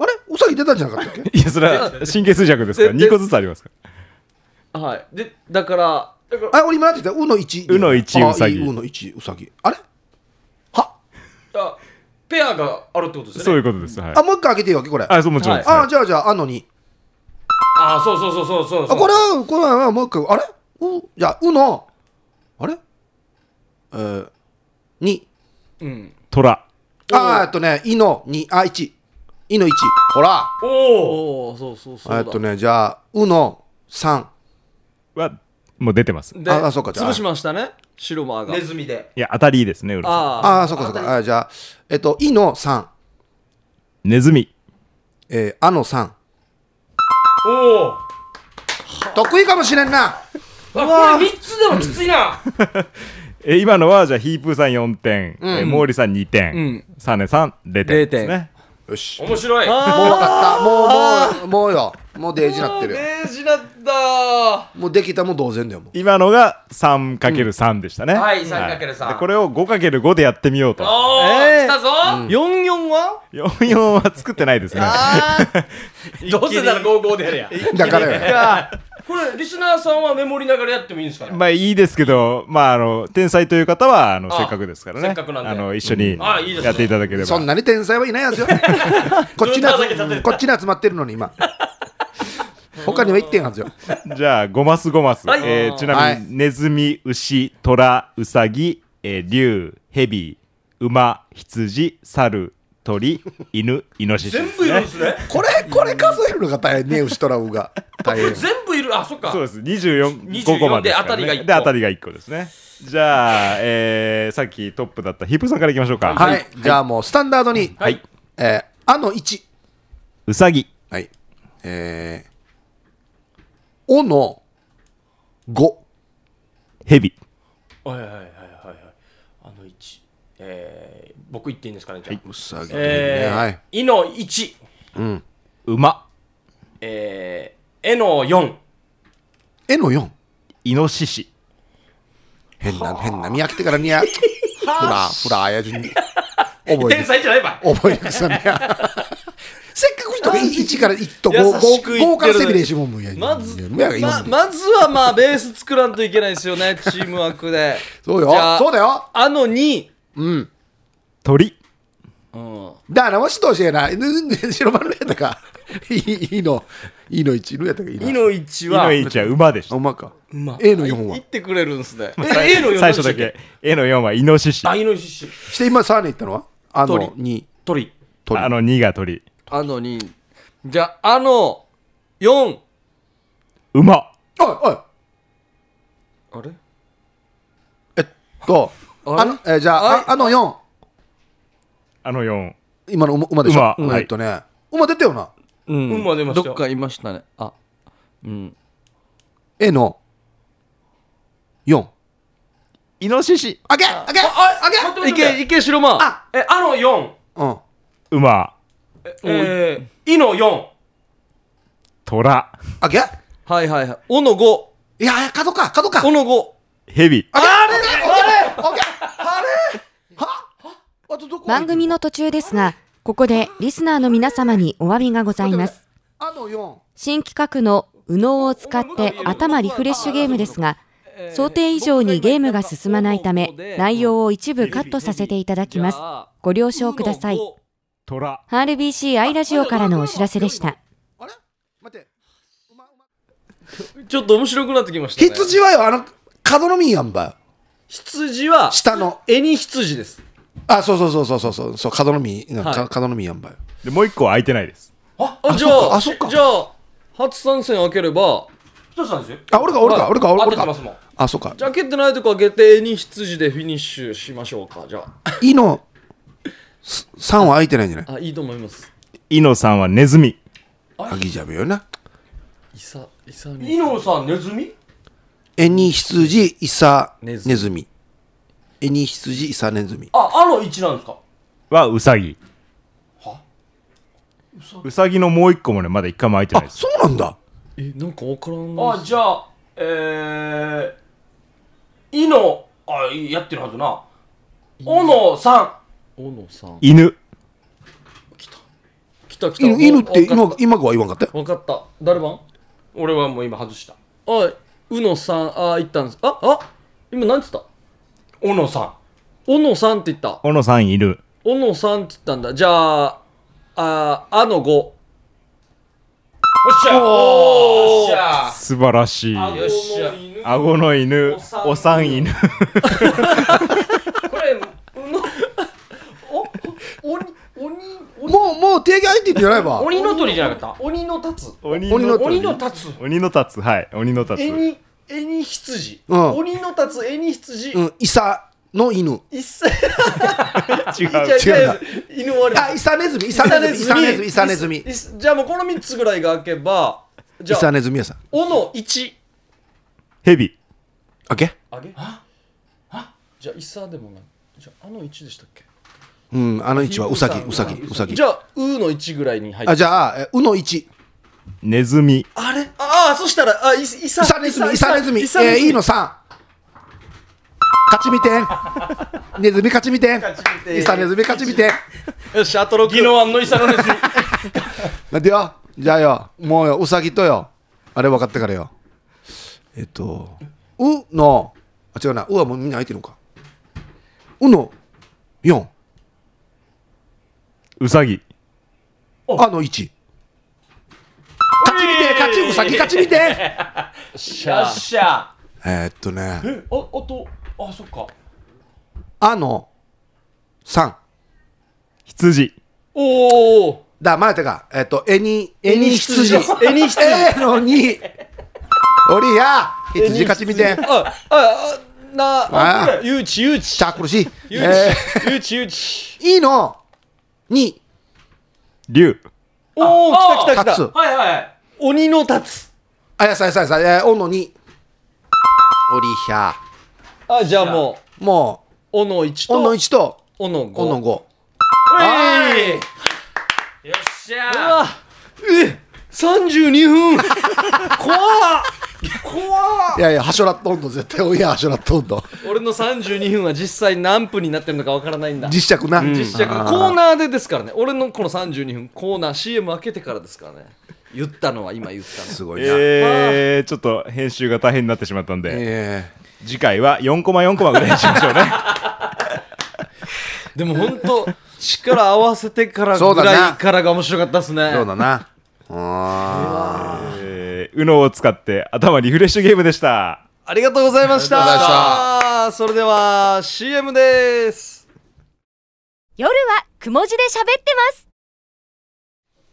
S3: あれうさぎ出たんじゃなかったっけ
S5: いや、それは神経衰弱ですから、
S1: えで
S5: 2個ずつありますか
S1: はいでだから
S3: あ俺今なんて言った「う」の1
S5: うの一うさ
S3: あい
S5: ぎ
S3: うの1うさぎあれは
S2: あペアがあるってことです
S5: ら。
S2: ね。
S5: そういうことです。はい
S3: あ。もう一回開けていいわけこれあ
S5: あ、そうもちろんですね。
S3: あじゃあじゃあ「あ」の2
S2: ああ、そうそうそうそうそう
S3: あこれはこれはもう一回あれうじゃあ「う」のあれえー2
S1: うん
S5: トラ、
S3: あーえっとね「い」の2あ1「い」の1ほら
S2: おお。
S1: おおそうそうそうだ
S3: えっとねじゃあ「う」の3
S5: は、もう出てます。い
S1: で
S3: ああそうかじゃあ
S1: 潰しましたね白馬が
S2: ネズミで。
S5: や、当たりですね、うるさ
S1: あ
S3: ああーそうかそうかあーじゃあえっと「い」の3
S5: いネズミ、
S3: えー「あ」の3
S2: おお。
S3: 得意かもしれんな
S2: あ、これ三つでもきついな。
S5: え今のは、じゃあ、ヒープーさん4点、え毛利さん2
S1: う
S5: 点
S1: ん、
S5: サーネさん0点ですね。
S3: よし
S2: 面白い。
S3: もう分
S1: あ
S3: かったもうもうもうよもうデージな ってるよ
S1: ージだった
S3: もうできたも同然だよもう
S5: 今のが 3×3 でしたね。
S2: はい 3×3
S5: でこれを 5×5 でやってみようと。
S2: おお、
S1: えー
S2: 来たぞ。
S1: 44は
S5: 44は作ってないですね。
S2: どうせなら五五でやれや。
S3: だからよ
S2: これリスナーさんはメモりながらやってもいいんですかね。
S5: まあいいですけど、まああの、天才という方は、あの、
S2: あ
S5: せっかくですからね。
S2: せっかくなんで
S5: あの、一緒に
S2: んあいいですね
S5: やっていただければ。
S3: そんなに天才はいないは ずよこっちに
S2: どんなだけ立て
S3: 集
S2: た
S3: こっちに集まってるのに今他には1点はずよ
S5: じゃあ5マス5マス、
S2: はい
S5: えーちなみに、
S3: はい
S5: ネズミ牛トラウサギ、えー、竜ヘビ馬羊猿鳥犬イノシシ、
S2: 全部いるんですね。
S3: これこれ数えるのが大変ね牛トラウが大変
S2: 全部いる。あ、そっか。
S5: そうです24
S2: 24
S5: 個個までですから
S2: で当たり
S5: ね
S2: が一個
S5: で当たりが1個ですねじゃあ、えー、さっきトップだったヒップさんからいきましょうか
S3: はい、じゃあもうスタンダードに、
S2: はい。
S3: えーあの1
S5: ウサギ
S3: はいえー、おの5
S5: ヘビ
S2: はいはいはいはいはい。あの一。えー、僕言っていいんですかね。じゃあ。
S3: うさぎね、
S2: えー、
S3: はい
S2: い。の一。
S5: 馬
S2: えー、えの四。
S3: えの4
S5: イノシシ
S3: 変な変な見飽きてか らにやほらほらあやじに覚え
S2: 天
S3: て
S2: 才じゃないばい。
S3: 覚えてくさ みやせっかく人が1から1と
S1: 優しく言ってるね
S3: 5からセビレーシモンもんや
S1: まず
S3: むやが
S1: ま
S3: 4で
S1: まずはまあベース作らんといけないですよねチームワークで
S3: そうよ
S1: じゃあ
S3: そうだよ
S1: あの2
S5: 鳥
S1: うん
S3: だからもしと教えな。白丸のやったか。いいいいの。いいの一のやったか。いい
S2: イ
S3: の。
S2: の一
S5: イノ
S2: は
S5: イチは馬でし
S3: あ、
S5: た
S3: うまか。
S2: 馬
S3: A の4は
S1: 言っ。てくれるんですね
S2: え A の四
S5: 最初だけ A の4はイノシシ
S2: あ
S5: あ
S2: イノシシ
S3: して今サーネ行ったのはあの
S2: 鳥
S3: 2。
S2: 鳥
S3: 鳥
S5: の2が鳥
S1: あのにじゃああの4
S5: 馬
S3: おいおい
S1: あれ
S3: えっと、
S1: あ
S3: あ
S1: れ
S3: の、えじゃあ、ああの4。
S5: あの4
S3: 今の馬馬でしょ。
S5: 馬はい
S3: えっとね。馬出たよな。
S1: うん
S2: 馬出ました
S1: ど
S2: よ
S1: っかいましたねあうん
S3: A の4。
S5: イノシシ
S3: あげあげあげ
S2: 待って
S1: い
S2: 待って
S1: けいけ白馬
S3: あ
S2: えあの四
S3: うん。
S5: 馬
S2: えーイの四
S5: 虎
S3: あげい
S1: はいはいはいおの5
S3: や、角か、角か。
S1: おの5
S5: 蛇
S3: あれあれあれあれはあとどこ
S6: 番組の途中ですが、ここでリスナーの皆様にお詫びがございます。
S3: あの4。
S6: 新企画の右脳を使って頭リフレッシュゲームですが、想定以上にゲームが進まないため、内容を一部カットさせていただきます。ご了承ください。
S5: 虎
S6: RBCi ラジオからのお知らせでした。
S3: あれ待って。うまうま
S1: ちょっと面白くなってきましたね
S3: 羊はよ、あの、角の実やんばよ。
S1: 羊は
S3: 下の。
S1: 絵に羊です
S3: あ、そうそうそうそうそうそう、そう角の実、うん
S1: はい
S3: か角の実やんばよ。
S5: でもう1個は空いてないです
S1: あじゃあ
S3: あそっかあそっか
S1: じゃあ初参戦開ければ
S2: 一つなんですよ
S3: あ、俺か、俺か、
S1: はい
S3: 俺か、
S2: 当
S3: 俺
S2: ててま
S3: か
S2: す。もん
S3: あ、そうか
S1: じ。ゃあ蹴ってないとこは決定に羊でフィニッシュしましょうかじゃあ
S3: いの。す三は空いてないんじゃない。
S1: あいいと思います
S5: イノさんはネズミ
S3: あぎじゃべよな。
S1: イサイサ
S2: イ
S1: ミ
S2: のさんネズミ
S3: えに羊、いさ、
S1: ネ
S3: ネ
S1: ズ
S3: ズミ。えに羊、いさ、ネズミ。
S2: ああの一なんですか
S5: はウサギ
S2: は
S5: ウサギのもう1個もねまだ1回も空いてない
S3: あ
S5: で、す
S3: そうなんだ。
S1: えなんかわからんな
S2: あじゃあえーイのあやってるはずなおのさん
S1: 小野さん
S5: 犬
S1: 来た来た
S3: 犬犬って、
S1: わ
S3: 今
S1: か、
S3: 今子は言わんかったよ。
S1: わかった誰番
S2: 俺はもう今外した
S1: あいうのさんあ言ったんですああ今なんて言った
S2: おのさん
S1: 小野さんって言った
S5: 小野さん犬
S1: 小野さんって言ったんだじゃあああの5
S2: おっしゃおっしゃ
S5: 素晴らしい
S2: よっしゃ
S5: 顎の犬おさん犬
S2: これうの
S1: 鬼鬼
S3: もう、もう、定義相手って言えば。
S2: 鬼の鳥じゃなかった
S1: 鬼の立つ
S5: 鬼
S2: 鬼の立つ
S5: 鬼の立つはい鬼の立
S1: 絵
S5: つ
S1: に絵に羊、
S3: うん
S1: 鬼の立つ絵に羊、
S3: うん、いさの犬。
S1: 一切
S5: 違う
S1: じゃあじ
S3: 違う
S1: ゃあ犬割れ
S3: あ、イサネズミ、イサネズミ、イサネズミ、イサネズミ。
S1: じゃあもうこの3つぐらいが開けばじ
S3: イ
S1: ゃあ
S3: サネズミやさん。
S1: おの1
S5: 蛇
S3: あけ
S1: あげじゃあイサでもないじゃああの1でしたっけ
S3: うん、あの一はウサギ、
S1: うん
S3: ウサギ、ウサギ
S1: じ。ゃあうの1ぐらいに入って
S3: あ、じゃあ、えうの一。
S5: ネズミ
S1: あれああそしたらあイイサ
S3: イサネズミ、イサネズミ、え
S1: イサネズ
S3: ー、いいの三。勝ち見てん。ネズミ勝ち見てん
S1: ち見。てん
S3: イサネズミ勝ち見てん。
S1: よしあと6
S2: ギノワンのイサのネズミ
S3: なんでよ、じゃあよ、もうよ、ウサギとよ。あれ分かったからよ。えっと、うの、あ、違うな、うはもうみんな空いてるのか。うの、四。
S5: ウサギ
S3: あの一。勝ち見てん、勝ち、ウサギ勝ち見てん。
S1: し
S2: よ
S1: ゃ
S2: っしゃ
S3: えーっとね。
S2: えああとあそっか
S3: あの、三。
S5: 羊
S1: おお
S3: だ、前てか、えっと、えに、えに羊。
S1: えに羊
S3: えのに。おりや、羊勝ち見てん。
S1: あああな
S3: あ
S1: あゆうちゆうち
S3: ちゃあ、苦しい。
S1: ゆうち
S3: え
S1: ゆうちゆうち
S3: ー、いいの、に、
S5: 竜
S1: おお来た来た来
S3: 勝
S1: た
S3: つ。
S2: はいはい
S1: 鬼の立つ
S3: あ、やさやさやさ、えー、おのに。おりや。
S1: あじゃあも
S3: も
S1: うおの1
S3: う、おの
S1: と
S3: 一と、
S1: おの5
S3: おの五。
S2: おいよっしゃ
S1: あえ32分 怖っ怖っ
S3: いやいや、はしょらっとんど、絶対、おいや、はしょらっとんど。
S1: 俺の32分は実際何分になってるのかわからないんだ
S3: 実着な。
S1: 実写コーナーでですからね俺のこの32分コーナー CM 開けてからですからね言ったのは今言ったの
S3: すごいな。え
S5: えー、ちょっと編集が大変になってしまったんで、
S3: え
S5: 次回は4コマ4コマぐらいにしましょうね
S3: ー
S1: でも本当力合わせてから
S3: そう
S1: ぐ
S3: だな
S1: らいからが面白かったですね
S3: そうだなあー
S5: えー、UNO を使って頭リフレッシュゲームでした。
S1: ありがとうございました
S3: ありがとうござ
S1: それでは CM です
S4: 夜はくも字で喋ってます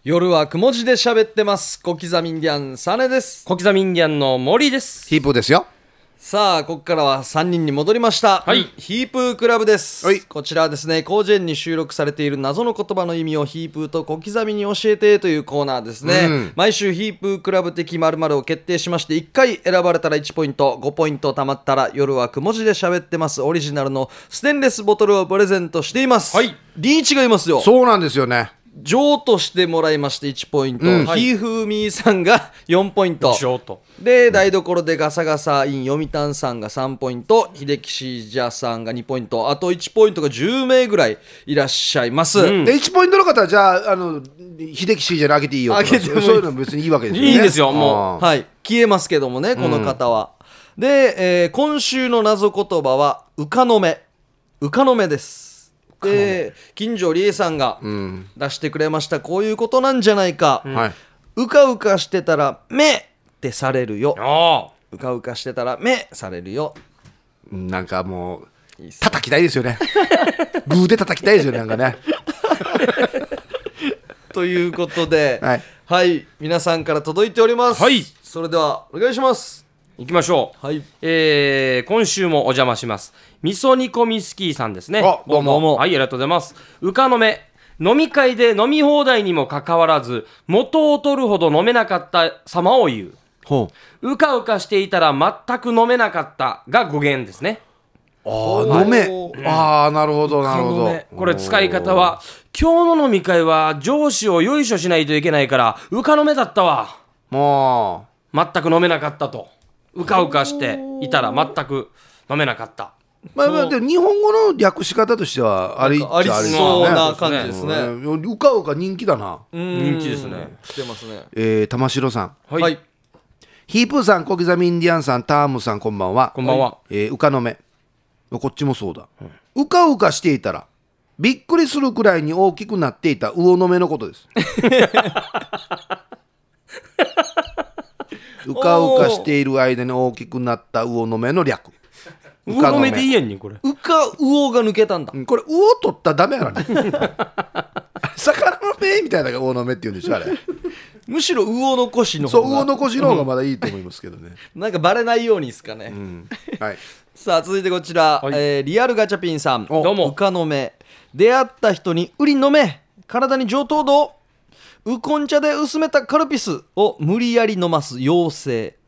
S1: 夜はくも字で喋ってます小刻みインディアンサネです
S2: 小刻みインディアンの森です
S3: ヒープーですよ
S1: さあここからは3人に戻りました、
S2: はい
S1: ヒープークラブです、
S3: はい
S1: こちらはですね広辞苑に収録されている謎の言葉の意味をヒープーと小刻みに教えてというコーナーですね、
S3: うん
S1: 毎週ヒープークラブ的〇〇を決定しまして1回選ばれたら1ポイント5ポイント貯まったら夜はくも字で喋ってますオリジナルのステンレスボトルをプレゼントしています、
S2: はい
S1: リーチがいますよ
S3: そうなんですよね
S1: 譲渡してもらいまして1ポイント、
S3: うん
S2: はい
S1: ひーふーみーさんが4ポイント
S2: ちょっと
S1: で台所でガサガサイン読谷さんが3ポイント秀吉じゃさんが2ポイントあと1ポイントが10名ぐらいいらっしゃいます、
S3: で1ポイントの方はじゃああの秀樹シーじゃなくていいよとか
S1: あげてもいい
S3: そういうのは別にいいわけですよね
S2: いいですよも
S3: あー
S1: はい消えますけどもねこの方は、で、えー今週の謎言葉は「うかの目」「うかの目」ですで近所理恵さんが
S3: うん
S1: 出してくれましたこういうことなんじゃないか、
S3: はいう
S1: かうかしてたら「目」ってされるよ
S2: あ
S1: うかうかしてたら「目」されるよ
S3: なんかもう
S1: いいっす
S3: 叩きたいですよねグーで叩きたいですよねなんかね
S1: ということで、は
S3: はいい、
S1: 皆さんから届いております。
S2: はい
S1: それではお願いします。
S2: あ行きましょう
S1: はい、
S2: えー今週もお邪魔します味噌煮込みスキーさんですね
S3: あどうも
S2: はいありがとうございますうかのめ飲み会で飲み放題にもかかわらず元を取るほど飲めなかった様を言う
S3: ほ
S2: うかうかしていたら全く飲めなかったが語源ですね
S3: うああ飲めああなるほどなるほ
S1: うかの
S3: ど
S1: め
S2: これ使い方は今日の飲み会は上司をよいしょしないといけないからうかのめだったわ
S3: も
S2: 全く飲めなかったとうかうかしていたら全く飲めなかった
S3: うまあまあでも日本語の略し方としてはありっちゃ
S1: あ
S3: あ
S1: り
S3: り
S1: そうな
S3: で
S1: 感じです
S3: す
S1: ね。
S3: よねうんうかうか人気だな
S1: 人
S2: 気ですね。
S1: 来てますね。
S3: えー玉城さん
S1: はい、
S3: ヒープーさん小刻みインディアンさんタームさんこんばんは
S2: こんばんは
S3: えー、うかのめこっちもそうだ、うかうかしていたらびっくりするくらいに大きくなっていた魚の目のことです うかうかしている間に大きくなった魚の目の略
S2: うかのめでいいやんにこれ
S1: うかうおが抜けたんだ
S3: う。んこれ魚取ったらダメやろね 魚の目みたいなのが魚の目って言うんでしょあれ
S1: むしろうお残しの
S3: そ
S1: 方
S3: う
S1: が
S3: 魚残しの方がまだいいと思いますけどね、
S1: なんかバレないようにですかね。
S3: うん、はい
S1: さあ続いてこちら、
S2: はい
S1: えーリアルガチャピンさん
S2: おどうも
S1: うかのめ出会った人に「ウリ飲め体に上等度」ウコン茶で薄めたカルピスを無理やり飲ます妖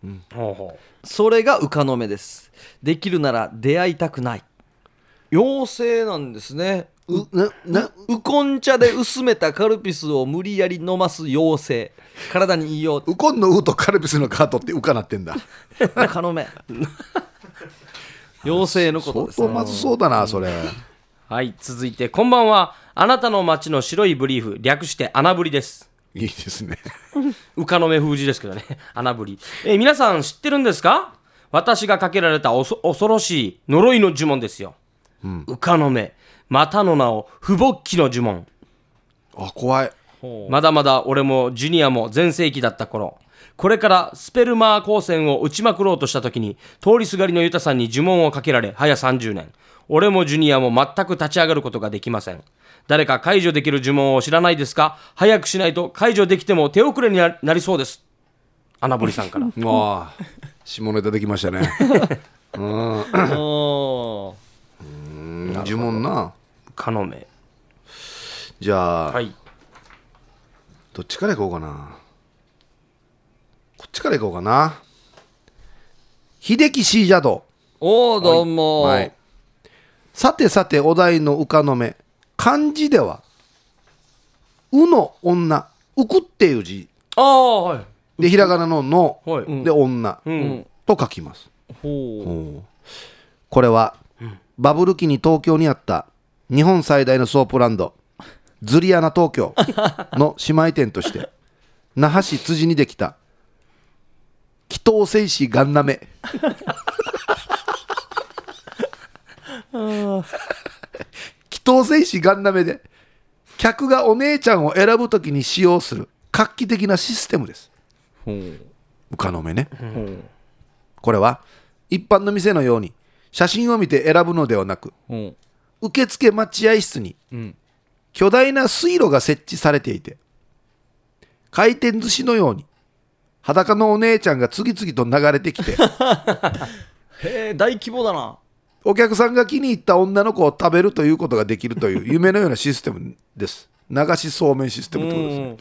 S1: 精
S2: ほうほ
S1: それがうかの目ですできるなら出会いたくない妖精なんですね
S3: うなな
S1: ウコン茶で薄めたカルピスを無理やり飲ます妖精体にいいよ
S3: ウコンのウとカルピスのカートってウかなってんだ
S1: うかの目妖精のこと
S3: 相
S1: です
S3: 当
S1: ね
S3: まずそうだなそれ
S2: うはい続いてこんばんはあなたの町の白いブリーフ略して穴ぶりです
S3: いいですね
S2: うかのめ封じですけどね 穴ぶり、えー皆さん知ってるんですか私がかけられたおそ恐ろしい呪いの呪文ですよ、うかのめまたの名を不勃起の呪文
S3: あ怖 い
S2: まだまだ俺もジュニアも全盛期だった頃これからスペルマー光線を打ちまくろうとした時に通りすがりのユタさんに呪文をかけられ早30年俺もジュニアも全く立ち上がることができません誰か解除できる呪文を知らないですか早くしないと解除できても手遅れにななりそうです穴堀さんから
S3: ああ下ネタできました ね
S1: おー
S3: うん呪文な
S2: カノメ
S3: じゃあ、
S2: はい
S3: どっちからいこうかなこっちからいこうかな秀樹シージャド
S1: おーどうも、
S3: はいさてさてお題のうかの目漢字では「う」の女「うく」っていう字
S2: ああはい
S3: でひらがなの「の
S2: はい、」
S3: で女
S2: うん
S3: と書きます
S1: ほう
S3: おうこれは、バブル期に東京にあった日本最大のソープランドズリアナ東京の姉妹店として 那覇市辻にできた祈祷戦士ガンナメ祈当選士ガンダメで客がお姉ちゃんを選ぶときに使用する画期的なシステムですうかの目ねこれは一般の店のように写真を見て選ぶのではなく受付待合室に巨大な水路が設置されていて回転寿司のように裸のお姉ちゃんが次々と流れてきて
S1: へえ大規模だな
S3: お客さんが気に入った女の子を食べるということができるという夢のようなシステムです流しそうめんシステムってことですね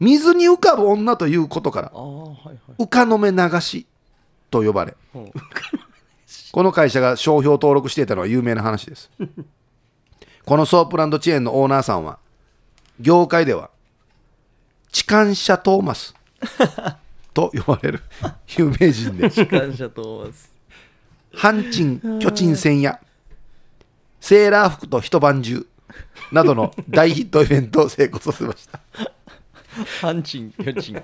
S3: 水に浮かぶ女ということから
S1: ああはいはい
S3: 「浮かの目流し」と呼ばれこの会社が商標登録していたのは有名な話ですこのソープランドチェーンのオーナーさんは業界では痴漢者トーマスと呼ばれる有名人で
S1: 感謝と思います
S3: 半賃巨人戦やセーラー服と一晩中などの大ヒットイベントを成功させました
S1: ハンチン巨人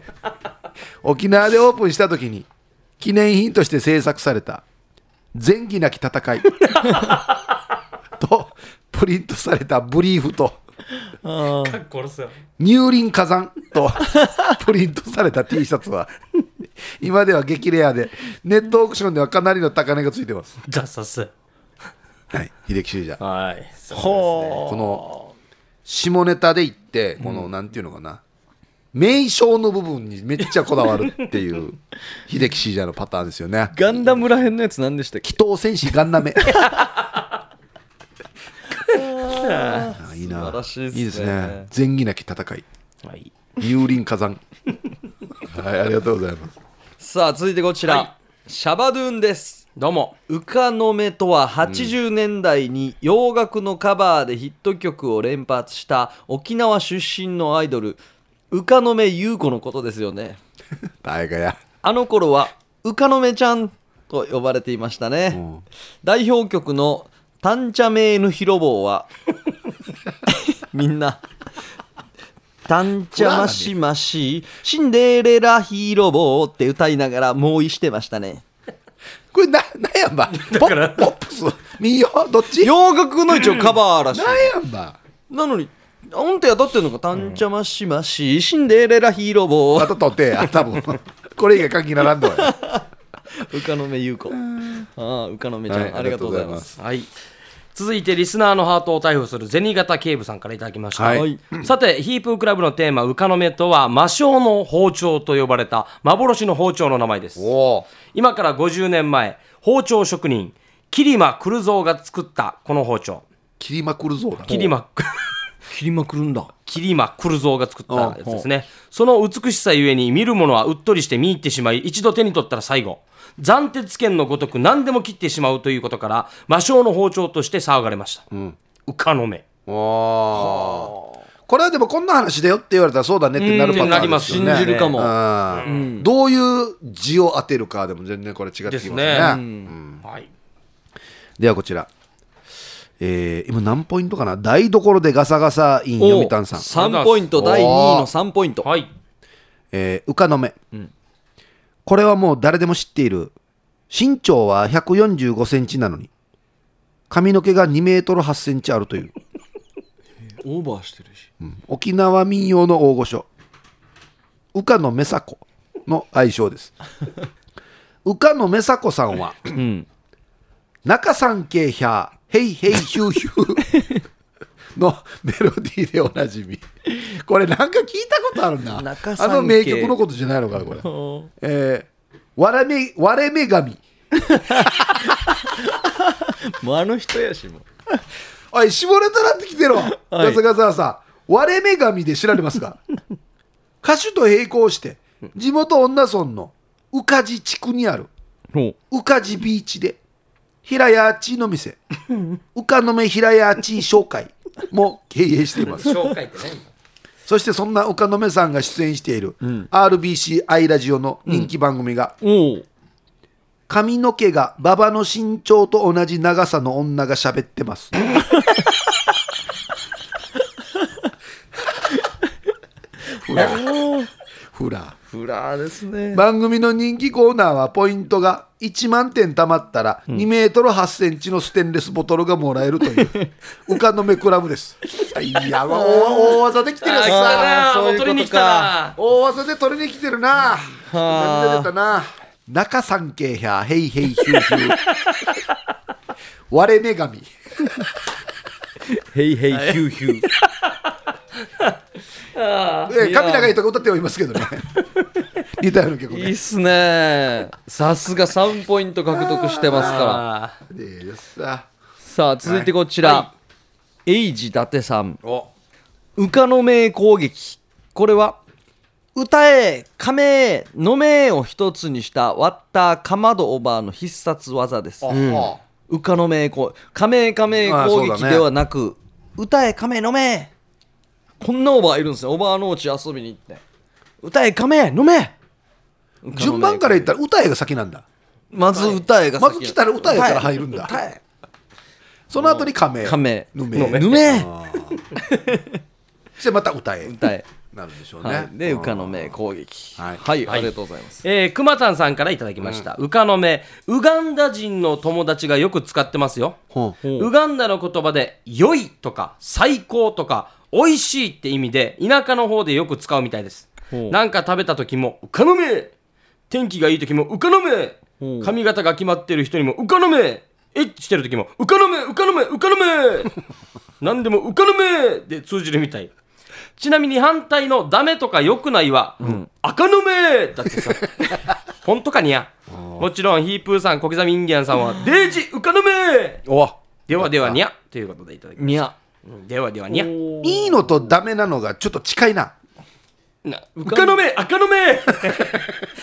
S3: 沖縄でオープンした時に記念品として制作された「前期なき 戦い」とプリントされたブリーフと
S2: 殺すよ
S3: 乳輪火山とプリントされた T シャツは今では激レアでネットオークションではかなりの高値がついてます
S2: ザサス
S3: はい秀樹シージャー
S2: はいそう
S1: ほ
S3: この下ネタで言ってこのなんていうのかな、名称の部分にめっちゃこだわるっていう秀樹シージャーのパターンですよね
S1: うガンダムらへんのやつ何でしたっけ
S3: 祈祷戦士ガンナメ
S1: 素
S3: あいい
S1: 晴
S3: な
S1: らしいっすね
S3: いいですね前義なき戦い
S2: はい
S3: 幽輪火山はいありがとうございます
S1: さあ続いてこちら、シャバドゥンです
S2: どうも
S1: 「うかのめ」とは80年代に洋楽のカバーでヒット曲を連発した沖縄出身のアイドルうかのめ優子のことですよね
S3: 大河や
S1: あの頃はうかのめちゃんと呼ばれていましたね、
S3: ん
S1: 代表曲の「タンチャメーヌ広坊」は みんな「タンチャマシマシシンデレラ広坊」って歌いながら猛威してましたね
S3: これななんやんばポッポップス民謡どっちなん
S1: 洋楽の一応カバーらしい
S3: やんば
S1: なのにあんたやだってんのか「タンチャマシマシシンデレラ広坊
S3: ま」たとってや多分これ以外関係ならんのや
S1: うかのめゆうこああうかのめちゃん、
S3: はい
S1: ありがとうございます
S2: はい続いてリスナーのハートを逮捕する銭形警部さんからいただきました、
S3: はい
S1: はい
S2: さてヒープークラブのテーマ「うかの目」とは魔性の包丁と呼ばれた幻の包丁の名前です
S3: おお
S2: 今から50年前包丁職人桐間来蔵が作ったこの包丁
S3: 切りまくるぞな
S2: 桐間
S1: 切りまくるんだ
S2: 桐間来蔵が作ったやつですねその美しさゆえに見るものはうっとりして見入ってしまい一度手に取ったら最後斬鉄剣のごとく何でも切ってしまうということから魔性の包丁として騒がれました、うかの目
S3: おーこれはでもこんな話だよって言われたらそうだねってなるパターンですよ
S2: うん
S1: 信
S2: なります
S3: ね
S1: じるかも、
S3: うんどういう字を当てるかでも全然これ違ってきま
S2: ですす
S3: ね
S2: ねはい
S3: ではこちら、えー今何ポイントかな台所でガサガサイン読谷さん
S1: 3ポイント第2位の3ポイント
S2: はい
S3: えー、うかのめ、これはもう誰でも知っている身長は1 4 5センチなのに髪の毛が2メートル8センチあるという
S1: オーバーしてるし
S3: 沖縄民謡の大御所宇賀野めさこの愛 称です宇賀野めさこさんは中三景ひゃヘイヘイヒューヒューのメロディーでおなじみこれなんか聞いたことあるな
S1: 中
S3: あ
S1: 三景
S3: の名曲のことじゃないのか なこれえー、割れめ割れ女神
S1: もうあの人やしもう
S3: おい、絞れたらってきてろ。ガサガサさん、割れ女神で知られますが、歌手と並行して、地元女村の宇梶地区にある宇梶ビーチで、平屋地の店、宇かの目平屋地商会も経営しています。
S2: 紹介ってね
S3: そしてそんな岡野目さんが出演している RBC アイラジオの人気番組が、髪の毛が馬場の身長と同じ長さの女が喋って ます。ふらふら
S1: フラーですね
S3: 番組の人気コーナーはポイントが1万点貯まったら2メートル8センチのステンレスボトルがもらえ るという丘の目クラブですいやまあ大大技で来てるよ
S2: あー来たな
S3: さ
S2: あ
S1: そういうことか
S2: もう取りに来たな
S3: 大技で取りに来てるな涙出たな中三景やヘイヘイヒューヒュー割れ女神
S1: ヘイヘイヒューヒュー。
S3: え神長いとか歌ってはいますけどね似たような曲
S1: いい
S3: ね
S1: っすね。さすが3ポイント獲得してますから。
S2: あー
S3: でよっしゃ
S1: さあ、続いてこちら。エイジ伊達さん。
S2: お
S1: 歌の名攻撃。これは、歌え、かめ、のめを一つにした割ったかまどオーバーの必殺技です。
S3: あ
S1: うかの名攻加盟加盟攻
S3: ああそう
S1: 撃
S3: だね
S1: ではなく、歌え亀飲めこんなオーバーいるんですねオーバー農地遊びに行って歌え亀飲め
S3: 順番から言ったら歌えが先なんだ
S1: まず歌えが
S3: まず来たら歌えから入るんだ
S1: 歌え
S3: その後に仮名
S1: 亀
S3: ぬめ
S1: 飲めぬめ
S3: そしてまた歌え
S1: 歌え
S3: なるんでしょう
S1: はい
S3: ね、
S1: でうかの名攻撃
S3: は
S1: はいいありがとうございます
S2: えー、くまたんさんからいただきました、うかのめウガンダ人の友達がよく使ってますよ
S3: ほう
S2: ウガンダの言葉で「良い」とか「最高」とか「美味しい」って意味で田舎の方でよく使うみたいです
S1: ほう
S2: なんか食べた時も「うかのめ」天気がいい時も「うかのめ」
S1: う
S2: 髪型が決まってる人にも「うかのめ」エッチしてる時も「うかのめうかのめうかのめ」何でも「うかのめ」で通じるみたいちなみに反対の「ダメ」とか「良くないは」赤のめ」だってさ 本当かにやもちろんヒープーさん小刻みインディアンさんは「デージうかのめ」
S3: お
S2: ではではにゃということでいただきま
S1: にゃ
S2: すではではにゃ
S3: いいのとダメなのがちょっと近いな
S2: なうかのめ赤のめ
S1: うか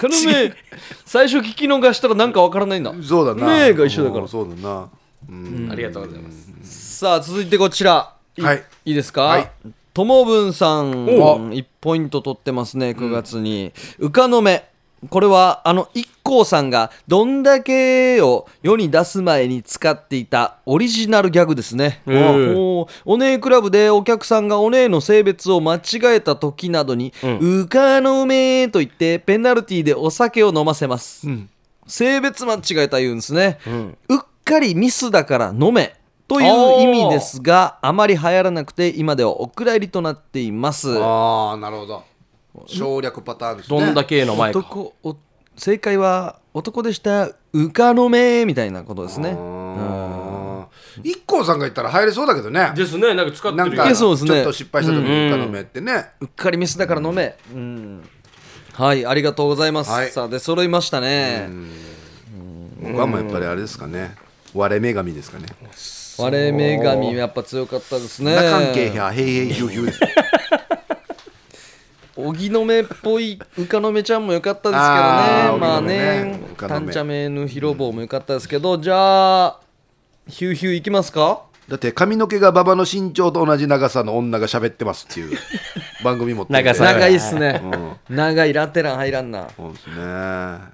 S1: のめ最初聞き逃したらなんかわからないんだ
S3: そうだな
S1: ねえが一緒だから
S3: うんそうだな
S2: ありがとうございます
S1: さあ続いてこちらい
S3: はい
S1: いいです
S3: は
S1: か
S3: い
S1: ともぶんさん
S3: お
S1: 1ポイント取ってますね9月にうかのめこれはあの IKKO さんが「どんだけ」を世に出す前に使っていたオリジナルギャグですね
S2: へえ
S1: おおねえクラブでお客さんがおねえの性別を間違えた時などに「うかのめ」と言ってペナルティーでお酒を飲ませます性別間違えた言うんですね、うっかりミスだから飲めという意味ですがあまり流行らなくて今ではお蔵入りとなっています
S3: ああなるほど省略パターンですね
S2: どんだけの前か
S1: 男お正解は男でしたうかのめみたいなことですね
S3: うん一 k さんが言ったら入れそうだけどね
S2: ですねなんか使って
S3: なん
S2: るよ
S3: か
S1: や
S3: ち
S1: そ
S3: ょ
S1: う
S3: っ
S1: ですね
S3: と失敗した時に一家の目ってね
S1: うっかりミスだから飲め、うんはいありがとうございます、
S3: はい
S1: さあで揃いましたね、
S3: 僕はもうやっぱりあれですかね割れ女神ですかね
S1: 割れ女神やっぱ強かったですね
S3: な関係やへいへいひゅうひ ゅうです
S1: 荻野目っぽい浮かのめちゃんも良かったですけどね
S3: あー
S1: まあ
S3: 荻野
S1: ね
S3: 目ね
S1: たんちゃめの広坊も良かったですけど、じゃあヒューヒューいきますか
S3: だって髪の毛が馬場の身長と同じ長さの女が喋ってますっていう番組持ってるんで
S2: 長さ
S1: 長いっすね、長いラテラン入らんな
S3: そうですねいや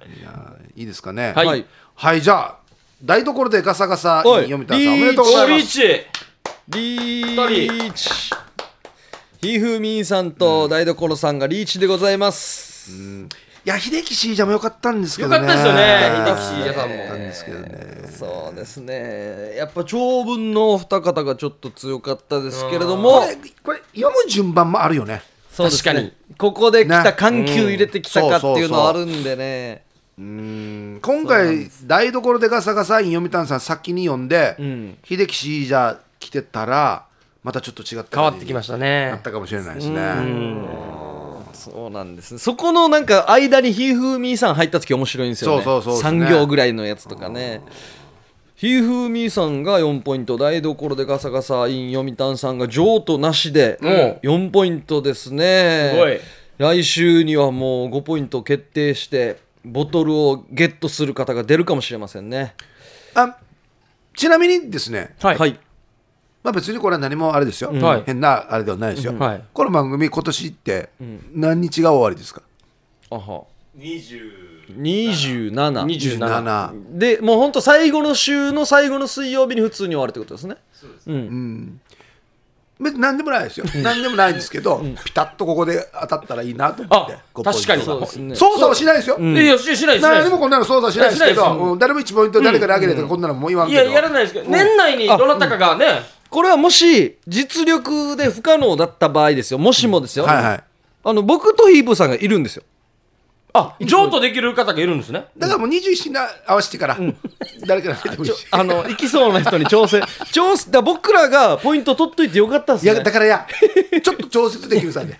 S3: いいですかね
S1: はい、
S3: はいじゃあ台所でガサガサ
S1: おい
S3: 読みたさんおめでとうご
S2: お
S3: ざ
S2: リ
S3: い
S2: ー
S3: ます
S2: チ
S1: リーチひふみんさんと台所さんがリーチでございます、
S3: いや秀樹シージャも良かったんですけどね
S2: 良かったですよね秀樹シージャさんも
S3: 良かったんですけどね
S1: そうですねやっぱ長文のお二方がちょっと強かったですけれど
S3: こ
S1: も
S3: れこれ読む順番もあるよね
S1: そうですね
S2: 確か
S1: ここで来
S3: ね
S1: た緩急入れてきたかっていうのはあ
S3: うん
S1: るんでね、
S3: 今回台所でガサガサイン読谷さん先に読んで、秀樹シージャ来てたらまたちょっと違った
S2: 変わってきました
S3: あっ
S2: ね
S3: たかもしれないですね
S1: そうなんですねそこのなんか間にひーふーみーさん入った時面白いんですよね
S3: そうそうそうですね
S1: 3行ぐらいのやつとかねひーふーみーさんが4ポイント台所でガサガサイン読谷さんが譲渡なしで
S2: う
S1: 4ポイントですね
S2: すごい
S1: 来週にはもう5ポイント決定してボトルをゲットする方が出るかもしれませんね
S3: あちなみにですね、
S2: はい
S1: はい、
S3: まあ、別にこれは何もあれですよ、
S2: はい
S3: 変なあれではないですよ、
S2: はい
S3: この番組今年って何日が終わりですか、
S1: あは27
S2: 27
S3: 7
S1: でもうほんと最後の週の最後の水曜日に普通に終わるってことですね
S3: 別に何でもないですよ何でもないんですけど、ピタッとここで当たったらいいなと思っ
S2: あ
S3: てこう
S2: 確かに
S3: ポイント
S1: すね
S3: 操作はしないですよ、
S2: いやししないですしない
S3: 誰
S2: で
S3: に
S2: す
S3: もこんなの操作しないですけ
S2: しない
S3: ど、
S2: です
S3: うん誰も1ポイント誰かであげれとか、こんなのもう言わん
S2: い
S3: けど
S2: ややらないですけど年内にどなたかがね
S1: これはもし実力で不可能だった場合ですよもしもですよ、
S3: はいはい
S1: あの僕とヒープーさんがいるんですよ
S2: あ譲渡できる方がいるんですね
S3: だからもう27な合わせてから、誰からでもいいし
S1: あの行きそうな人に調 整調整だから僕らがポイント取っといてよかったっ
S3: い
S1: す
S3: やだ
S1: ね
S3: からやちょっと調節できるさね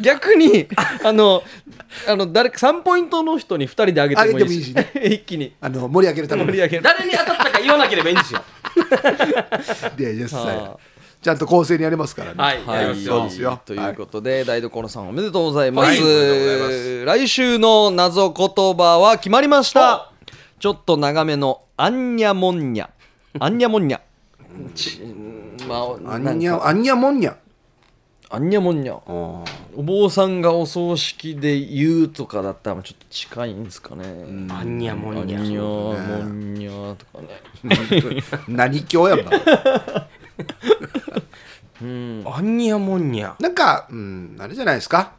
S1: 逆にあのあの誰か3ポイントの人に2人であげてもいいし
S3: あ げ
S1: 一気に
S3: あの盛り上げるため
S1: 盛
S3: に
S1: り上げる
S2: 誰に当たったか言わなければいいんですよ
S3: で実際
S1: はあ
S3: ちゃんと構成にやりますからね、
S2: はいやりますよ
S3: そうですよ
S1: ということで、台所さんおめでとうございます,、
S2: はいおめでとうご
S1: 来週の謎言葉は決まりましたちょっと長めのアンニャモンニャアンニャモンニャちまあ
S3: あ
S1: なん
S3: に
S1: ん
S3: ゃあんにゃもん にゃ
S1: アンニャモンニャ
S3: うん
S1: お坊さんがお葬式で言うとかだったらちょっと近いんですかね、
S2: あんにゃも
S1: アン
S2: ん
S1: ニ
S2: にゃ
S1: ャモンニャとかね
S3: 何教やんな
S2: あんにゃもんにゃ
S3: なんか、うん、あれじゃないですか。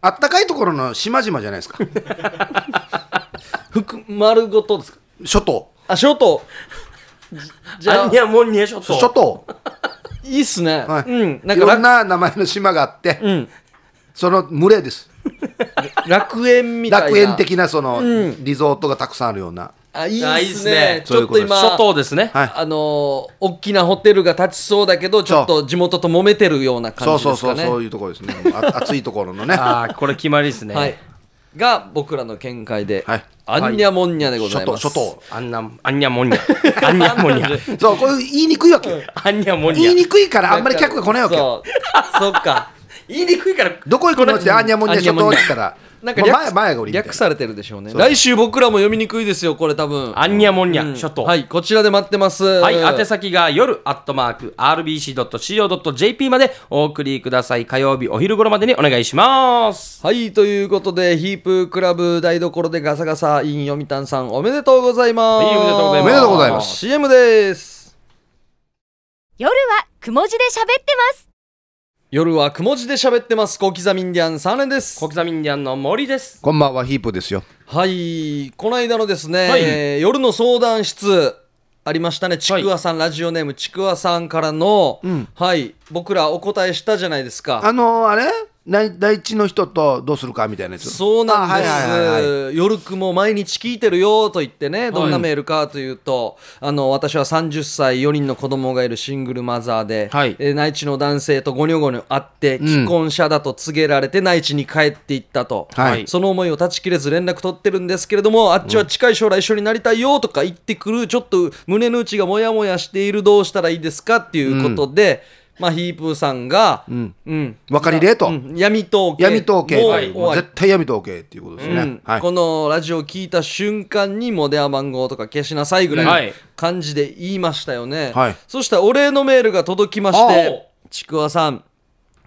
S3: あったかいところの島々じゃな いですか。
S1: ふく丸ごとですか
S3: 諸島。
S1: あショート じゃ
S2: あ
S1: あ
S2: んにゃもんにゃ諸
S3: 諸
S2: 島
S3: 島。
S1: いいっすね、
S3: はい。
S1: うんなん
S3: い
S1: か
S3: ろ
S1: 楽
S3: んな名前の島があって、
S1: うん
S3: その群れです。
S1: 楽園みたいな
S3: 楽園的なその、リゾートがたくさんあるような。
S1: あいい
S2: あいい
S1: で
S2: っ
S1: す
S2: す
S1: ね
S2: ね
S1: ちょっと今
S2: 諸島ですね
S3: はい
S1: あのー大きなホテルが立ちそうだけどちょっと地元と揉めてるような
S3: そ
S1: 感
S3: う
S1: じ
S3: そ
S1: で
S3: う
S1: す
S3: そ
S1: か
S3: う、
S1: ね
S3: そういうところですね。あ暑いとこ ろのね。
S2: ああこれ決まりですね
S1: はいが僕らの見解で、
S3: はい
S1: あんにゃもんにゃでござ
S3: 諸
S1: い
S3: 島、
S1: ます
S3: 諸島。
S2: あんなあんにゃ もんにゃあんにゃもんにゃ
S3: そう、これ言いにくいわけ。
S2: あんにゃもんにゃ
S3: 言いにくいからあんまり客が来ないわけ。
S1: そうそっ か
S2: 言いにくいから
S3: どこ行くのって、あんにゃもんにゃ
S1: あ
S3: 諸島
S1: んにゃもんに
S3: っ
S1: ゃ
S3: て言ったら、
S1: なんか
S3: ま
S1: 略,、
S3: あ前、前が俺みたいな
S1: 略されてるでしょうね来週僕らも読みにくいですよこれ多分
S2: あんにゃもんに
S1: うん
S2: ゃ諸島
S1: はいこちらで待ってます
S2: はい、宛先が夜アットマーク RBC.CO.JP までお送りください。火曜日お昼頃までにお願いします。
S1: はい、ということで、ヒープークラブ台所でガサガサイン読谷さんおめでとうございます。
S2: はいおめでとうございます
S3: おめでとうございます
S1: CM です。
S4: 夜はくも字で喋ってます
S1: 夜はくも字で喋ってます。小刻みインディアン3連です
S2: 小。刻みインディアンの森です。
S3: こんばんは、ヒープですよ。
S1: はい、この間のですね、
S2: はい
S1: えー夜の相談室ありましたね。ちくわさん、ラジオネームちくわさんからの、はい、僕らお答えしたじゃないですか。
S3: あのあれ内第一の人とどうするかみたいなやつ
S1: そうなんです、
S3: あはいはいはいはい
S1: 夜くも毎日聞いてるよと言ってねどんなメールかというと、あの私は30歳4人の子供がいるシングルマザーで、
S2: はい
S1: えー内地の男性とゴニョゴニョ会って既婚者だと告げられて内地に帰っていったと、
S3: はい
S1: その思いを断ち切れず連絡取ってるんですけれどもあっちは近い将来一緒になりたいよとか言ってくるちょっと胸の内がモヤモヤしているどうしたらいいですかっていうことで、まあ、ヒープーさんが、うん
S3: 分かりれと、
S1: うん闇統計
S3: 闇統計
S1: もう
S3: はい
S1: 終わり
S3: 絶対闇統計っていうことですね、
S1: うん
S3: はい
S1: このラジオ聞いた瞬間にもう電話番号とか消しなさいぐ
S2: は
S1: らいの
S2: い
S1: 感じで言いましたよね、
S3: はい
S1: そしたらお礼のメールが届きまし
S2: おう
S1: てちくわさん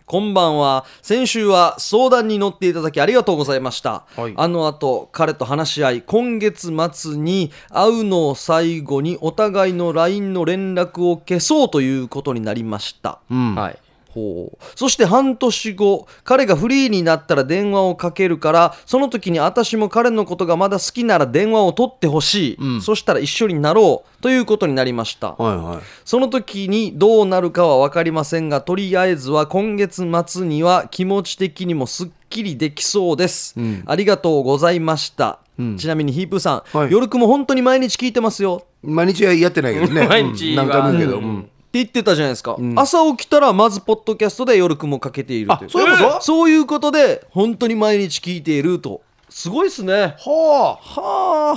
S1: こんばんは先週は相談に乗っていただきありがとうございました、
S2: はい
S1: あの後彼と話し合い今月末に会うのを最後にお互いの LINE の連絡を消そうということになりました
S2: はい。
S1: ほうそして半年後彼がフリーになったら電話をかけるからその時に私も彼のことがまだ好きなら電話を取ってほしい、そしたら一緒になろうということになりました、
S3: はいはい
S1: その時にどうなるかは分かりませんがとりあえずは今月末には気持ち的にもすっきりできそうです、ありがとうございました、ちなみにヒープーさん、
S3: はい
S1: 夜くも本当に毎日聞いてますよ
S3: 毎日はやってないけ どね
S2: 毎日は
S3: うん何回も言うけど、うん
S1: って言ってたじゃないですか、朝起きたらまずポッドキャストで夜雲かけているという
S3: あそういうこと
S1: えーそういうことで本当に毎日聞いているとすごいですね
S3: ほ
S1: は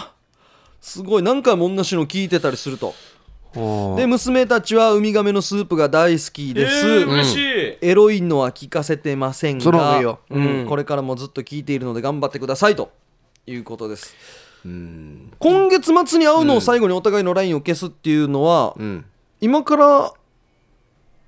S1: あすごい何回も同じの聞いてたりすると
S3: う
S1: で娘たちはウミガメのスープが大好きです、
S2: しい。
S1: エロいのは聞かせてませんが
S3: その方がいいよ
S1: うんこれからもずっと聞いているので頑張ってくださいということです今月末に会うのを最後にお互いの LINE を消すっていうのは、
S3: ん
S1: 今から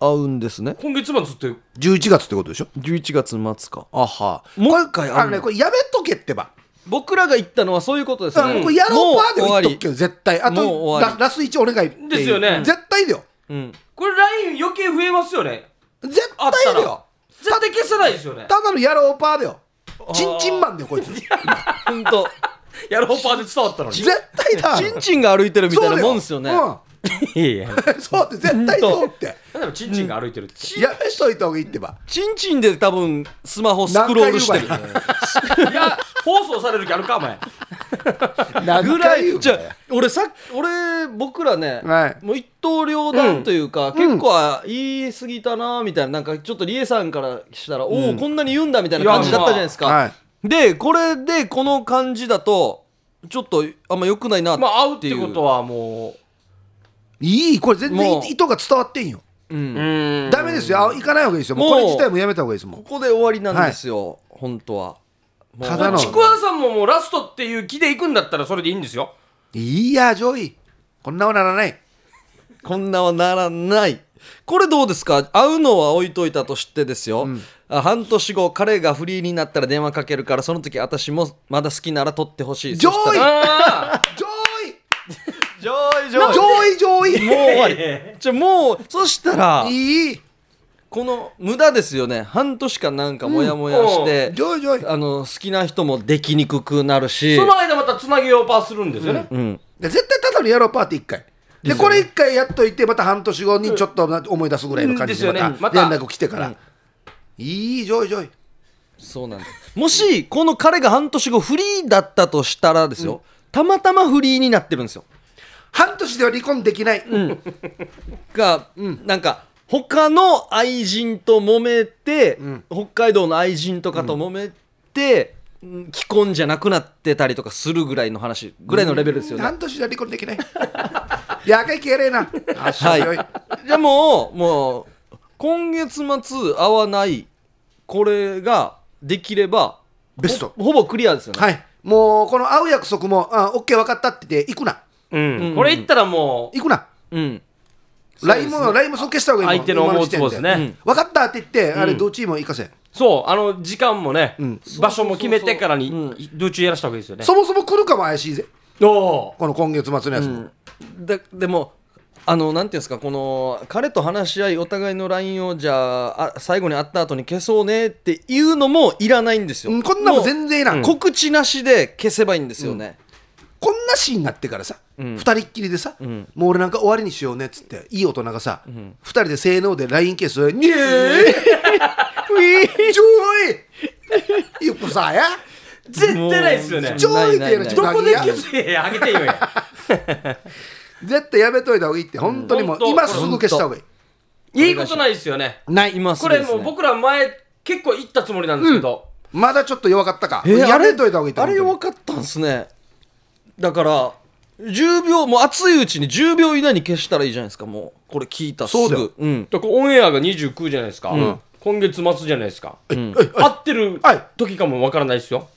S1: 会うんですね
S2: 今月末って、
S3: 11月ってことでしょ
S1: 11月末か
S3: あは
S1: もう一回
S3: あ
S1: 会う
S3: の
S1: の
S3: ねこれやめとけってば、
S1: 僕らが言ったのはそういうことです
S3: だから
S1: ね
S3: 僕やろうパーで
S1: も
S3: 言
S1: う終
S3: っとく
S1: わ
S3: け
S1: り
S3: ど絶対あ
S1: もう
S3: と
S1: 終わり
S3: ララス1お願いっていう
S2: ですよね
S3: 絶対だよ、
S1: うん
S2: これライン余計増えますよね
S3: 絶
S2: あっ
S3: 対
S2: た
S3: いるよ
S2: ら絶対消せないですよね
S3: ただの野郎パーだよチンチンマンだよこいつ
S1: 本当。
S2: やろうパーで伝わ ったのに
S3: 絶対だ
S1: チンチンが歩いてるみたいなもんですよね。
S3: う
S2: いやいや
S3: ん そうって絶対そうって
S2: 例えばチンチンが歩いてるって
S3: やめしといた方がいいってば
S1: チンチンで多分スマホスクロールしてる。
S2: いや放送される気あるかお前
S1: ぐ
S3: ぐ
S1: ら
S3: 言
S1: い。
S3: う
S1: じ
S3: か
S1: ゃあ俺さ俺僕らね、
S3: はい
S1: もう一刀両断というか、結構あ言い過ぎたなみたいななんかちょっとリエさんからしたら、おおこんなに言うんだみたいな感じだったじゃないですか。
S3: はい
S1: でこれでこの感じだとちょっとあんま良くないな
S2: まあ会う
S1: っ
S2: っ
S1: て
S2: て
S1: いう。
S2: ことはも
S3: いいこれ全
S1: も
S3: 然
S1: う
S3: 意図が伝わってんよ
S1: うん
S2: ううん
S3: ダメですよあ行かない方がいいですよもう
S1: も
S3: こ
S1: う
S3: れ自体もやめた方がいいですも
S1: こ
S3: ん
S1: こで終わりなんですよ、本当は。もう
S3: ただの
S2: ちくわさんももうラストっていう気で行くんだったらそれでいいんです よ
S3: いいや上位こんなはならない
S1: こんなはならない。これどうですか会うのは置いといたとしてですよ、あ半年後彼がフリーになったら電話かけるからその時私もまだ好きなら取ってほしい
S3: 上位
S1: そしたら
S2: あ
S3: 上
S1: 上位
S3: 位上位上位
S1: もう終わり じゃあもうそしたら
S3: いい
S1: この無駄ですよね半年間なんかモヤモヤして、
S3: 上位上位
S1: あの好きな人もできにくくなる
S2: ー
S1: し
S2: その間またつなぎをパーするんですよね
S1: うん
S3: で絶対ただのやろうパーティー1回でこれ1回やっといてまた半年後にちょっとな思い出すぐらいの感じで
S2: うんですよね
S3: ま
S2: また
S3: た連絡来てから、
S1: うん
S3: いい上位上位
S1: そうなんですもしこの彼が半年後フリーだったとしたらですよ、たまたまフリーになってるんですよ
S3: 半年では離婚できない、
S1: が、なんか他の愛人と揉めて、北海道の愛人とかと揉めて、うん既婚じゃなくなってたりとかするぐらいの話ぐらいのレベルですよね、
S3: 半年では離婚できない やかいけれなあしょ
S1: は
S3: う
S1: い
S3: よい、
S1: じゃあもうもう今月末会わないこれができれば
S3: ベスト
S1: ほほぼクリアですよね、
S3: はいもうこの会う約束も「あオッケー分かった」って言って行くな
S2: うんこれ行ったらもう
S3: 行くな
S1: うん
S3: ラインもラインもそう消した方がいい
S2: 相手の思うつぼですね
S3: 分かったって言ってあれどっちも行かせ、
S2: そうあの時間もね
S3: ん
S2: 場所も決めてから
S1: そうそう
S2: に道中やらした方がいいですよね
S3: そもそも来るかも怪しいぜ
S2: お
S3: この今月末のやつも、
S1: だでもあのなんていうんですかこの彼と話し合いお互いの LINE をじゃああ最後に会った後に消そうねっていうのもいらないんですよ、
S3: うんこんなもん全然いいな、
S1: もう
S3: こ
S1: 告知なしで消せばいいんですよね、
S3: こんなシーンになってからさ、二人っきりでさ、もう俺なんか終わりにしようねっつっていい大人がさ、二人でせーので LINE ケース にえージョイよくさや
S2: 絶対ないですよね
S3: ジョイってやる
S1: ないないない
S3: 自
S2: ど
S3: 分
S2: こ
S3: の
S2: で
S3: や
S2: 気づいやあげてよや
S3: 絶対やめといた方がいいって本当にも
S2: 本
S3: う
S2: 当
S3: 今すぐ消した方がいい
S2: いいことないですよね
S1: ない今す
S2: こ
S1: ぐで
S2: れ
S1: す、ね、
S2: もう僕ら前結構行ったつもりなんですけど
S3: まだちょっと弱かったか、
S1: えー
S3: やめといた方がいいって
S1: あれあれ分
S3: 本
S1: かったんですねだから10秒もう熱いうちに10秒以内に消したらいいじゃないですかもうこれ聞いたすぐ
S3: そうだよ
S1: ん、
S2: だからオンエアが29じゃないですか、今月末じゃないですか、合ってる
S3: はい
S2: 時かもわからないですよ、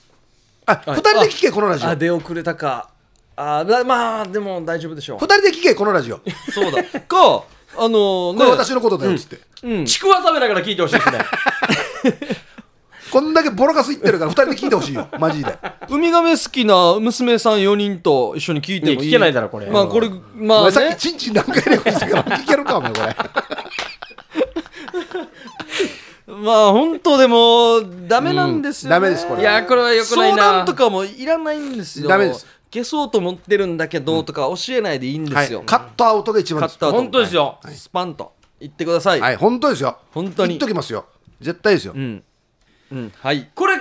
S3: 当にあ二人で聞けこのラジオ
S1: あ
S3: 二
S1: 出遅れたかあだまあでも大丈夫でしょ
S3: 人で聞けこのラジオこ
S1: うそうだかあの
S3: れ
S1: ね
S3: 私のことだよっつって、
S2: ちくわ食べながら聞いてほしいですね
S3: こんだけボロカス言ってるから二人で聞いてほしいよマジで
S1: ウミガメ好きな娘さん4人と一緒に聞いてもいい
S2: ね聞けないだろこれ
S1: まあこれ
S3: お
S1: まあ
S3: 前さっ
S1: ね
S3: きチンチン何回連絡したから聞けるかお前これ
S1: まあ本当でもダメなんですよ、ね
S3: うんダメですこれ
S2: いや これはよくない
S1: 相
S2: な
S1: 談とかもいらないんですよ
S3: ダメです
S1: 消そうと思ってるんだけどとか教えないでいいんですよ、
S3: はい、カットアウトが一番
S1: カ
S3: で
S1: ッ
S3: す
S1: トアウト
S2: 本当ですよ、
S1: スパンと言ってください、
S3: はい本当ですよ
S1: 本当に
S3: 言っときますよ絶対ですよ、
S1: うん、うん、はい
S2: これ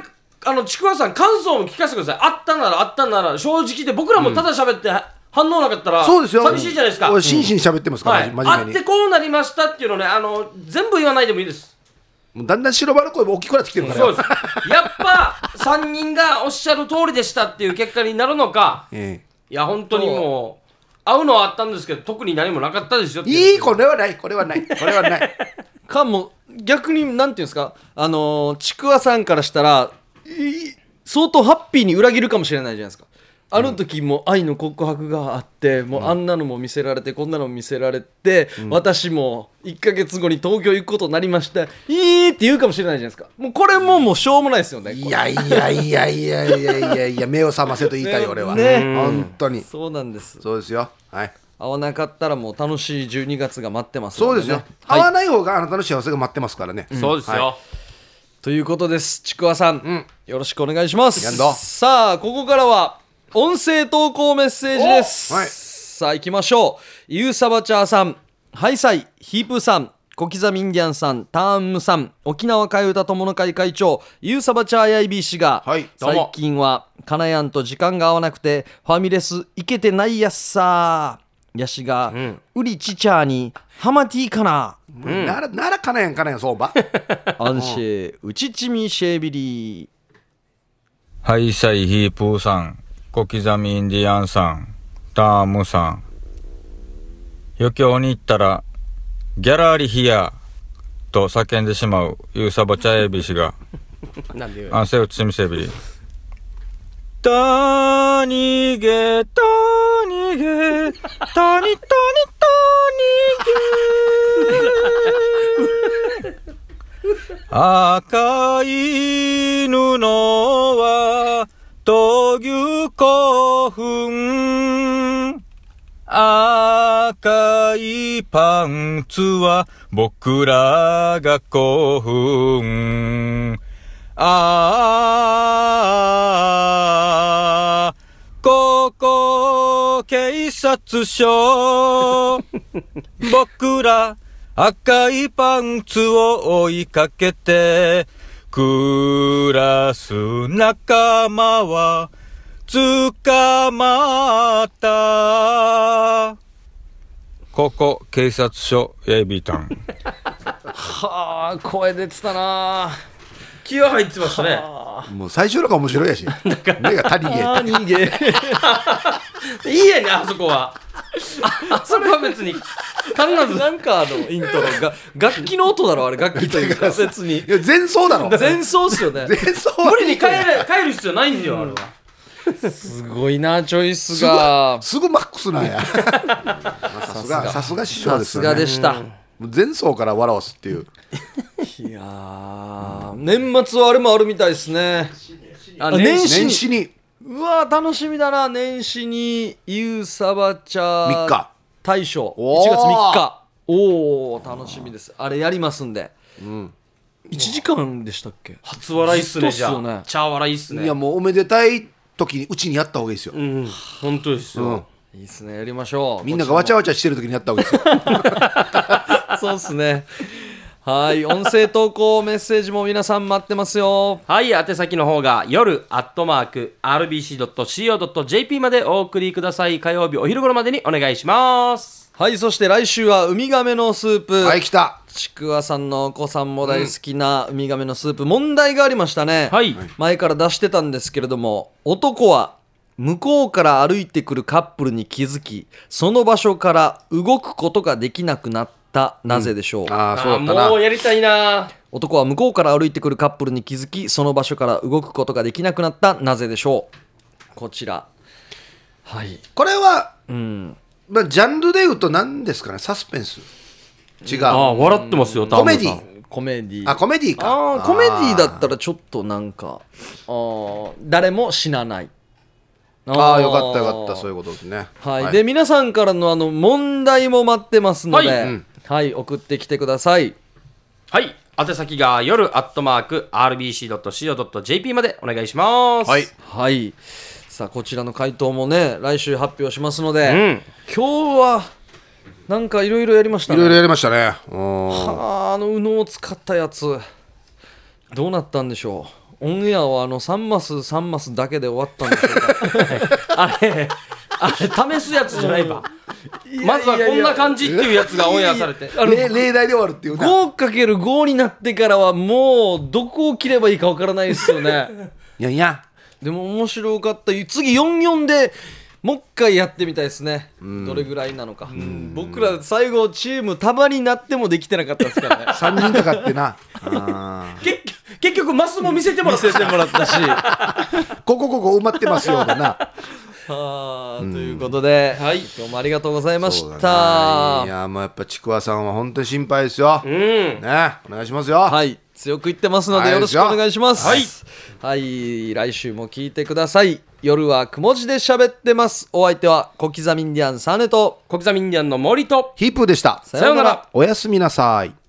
S2: あのちくわさん感想も聞かせてくださいあったならあったなら正直で僕らもただ喋って、反応なかったら
S3: そうですよ
S2: 寂しいじゃないですか、
S3: 俺真摯に喋ってますから、
S2: はい、
S3: 真
S2: あ
S3: 面
S2: っ
S3: 目
S2: て
S3: に
S2: こうなりましたっていうのねあの全部言わないでもいいです
S3: もうだんだん白丸声も大きくなってきてるから
S2: そう ですやっぱ3人がおっしゃる通りでしたっていう結果になるのか
S3: え
S2: いや本当にもう会うのはあったんですけど特に何もなかったですよっ
S3: え
S2: て
S3: い
S2: い
S3: いこれはないこれはないこれはない
S1: かも逆になんていうんですかあのーちくわさんからしたらい相当ハッピーに裏切るかもしれないじゃないですかあの時も愛の告白があってもうあんなのも見せられてこんなのも見せられて、私も1ヶ月後に東京行くことになりましたいいって言うかもしれないじゃないですかもうこれももうしょうもないですよねこれ
S3: いやいやいやいやいやいやいや目を覚ませと言いたいよ俺は、
S1: ね
S3: 本当に
S1: そうなんです
S3: そうですよはい
S1: 合わなかったらもう楽しい12月が待ってます
S3: そ
S1: の
S3: う
S1: ね
S3: ですよ、
S1: はい
S3: 合わない方があなたの幸せが待ってますからね、
S2: そうですよ。
S1: ということですちくわさん、よろしくお願いします
S3: やんど
S1: さあここからは音声投稿メッセージです、
S3: おはい
S1: さあ行きましょうゆうさばちゃーさんハイサイヒープーさん小刻みインディアンさんターンムさん沖縄替え歌友の会会長ゆうさばちゃーやいびー氏が、
S3: はいどう
S1: 最
S3: も
S1: 近はかなやんと時間が合わなくてファミレス行けてないやっさーやしが、うりちちゃーにハマティーかな
S3: ならならかなやんかなやんそうば
S1: アンシェウチチミシェービリー
S7: ハイサイヒープーさん、小刻みインディアンさん、タームさん。余興に行ったら、ギャラリヒアと叫んでしまうユーサバチャエビ氏が、
S2: なんで言う
S7: 安静を包みせびり。たにげ、たにげ、たにたにたにげ。赤い布は、闘牛興奮。赤いパンツは僕らが興奮。ああ、ここ警察署。僕ら赤いパンツを追いかけて、暮らす仲間は捕まった。ここ警察署エビタン。
S1: はあ声出てたな
S2: 気合入ってましたね。
S3: もう最初のが面白いやし目が足りげ
S1: あ逃げ
S2: いいやね、あそ こは。あそこは別に。
S1: 必ずなんかあのイントロが楽器の音だろあれ楽器というか別に
S3: いや前奏だろ
S1: 前奏っすよね
S3: 前奏
S2: 無理に帰る、帰る必要ないんだよ、あれは。
S1: すごいなチョイスが
S3: すぐマックスなんやさすがさすが師匠
S1: さ
S3: ですす
S1: が
S3: よ
S1: で
S3: ね
S1: した、
S3: もう前奏から笑わすっていう
S1: いやー年末はあれもあるみたいですね
S2: あ
S1: あ年始
S3: 年始に
S1: うわー楽しみだな年始にゆうさばちゃ
S3: 3日
S1: 大賞
S3: おー
S1: 1月3日おお楽しみですあれやりますんで、1時間でしたっけ
S2: 初笑いっすね、
S1: ずっ
S2: じ
S1: とっす
S2: ゃ
S1: よね
S2: あ。茶笑いっす
S3: い
S2: ね
S3: や。もうおめでたい時にうちにやった方がいいですよ、
S2: うん、本当です
S3: う
S2: よ。
S3: ん
S1: いいっすねやりましょう
S3: みんながわちゃわちゃしてる時にやった方がいいですよ
S1: そうっすね。はい、音声投稿メッセージも皆さん待ってますよ。
S2: はい、宛先の方が夜アットマーク RBC.CO.JP までお送りください。火曜日お昼頃までにお願いします。
S1: はい、そして来週はウミガメのスープ。
S3: はい来た
S1: ちくわさんのお子さんも大好きなウミガメのスープ、問題がありましたね。
S2: はい。
S1: 前から出してたんですけれども、男は向こうから歩いてくるカップルに気づき、その場所から動くことができなくなった。なぜでしょう、
S3: ああそうだった
S2: あ
S3: な
S2: もうやりたいな。
S1: 男は向こうから歩いてくるカップルに気づきその場所から動くことができなくなったなぜでしょうこちらはい
S3: これは、
S1: うん
S3: まあ、ジャンルで言うと何ですかねサスペンス違
S2: ああ、
S3: う
S2: 笑ってますよ、
S3: コメデ
S2: タモさん
S3: ィ
S1: コメディ
S3: あコメディか
S1: あーコメディだったらちょっとなんかあー誰も死なない
S3: ああよかったよかったそういうことですね
S1: はい、で皆さんからのあの問題も待ってますので、は
S2: はいい
S1: 送ってきてください
S2: はい。宛先が夜アットマーク RBC.CO.JP までお願いします。
S3: はい。
S1: はいさあこちらの回答もね来週発表しますので、
S2: うん。
S1: 今日はなんかいろいろやりました
S3: い
S1: ね
S3: ろいろやりましたねうん
S1: あーあの右脳を使ったやつどうなったんでしょうオンエアはあの3マス3マスだけで終わったんでしょう か
S2: あれ、あれ、試すやつじゃないば。まずはこんな感じっていうやつがオンエアされて。
S1: あの
S3: 例例題で終わるっていうね
S1: 5×5 になってからはもうどこを切ればいいかわからないですよね
S3: いやいや
S1: でも面白かった次44でもう一回やってみたいですねどれぐらいなのか僕ら最後チーム束になってもできてなかったです からね
S3: 3人かかってなあ
S2: 結局結局、マスも見せてもらった。
S1: 見せてもらったし
S3: ーここここ埋まってますよだな
S1: はあということで、はい、今日もありがとうございまし
S3: そうだ
S1: た
S3: ないやもうやっぱちくわさんは本当に心配ですよ、ねお願いしますよ、
S1: はい強く言ってますのでよろしくお願いしますはい、はい、来週も聞いてください夜はくも字で喋ってますお相手は小刻みインディアンサネと
S2: 小刻みインディアンの森と
S3: ヒープーでした
S1: さようなら
S3: おやすみなさい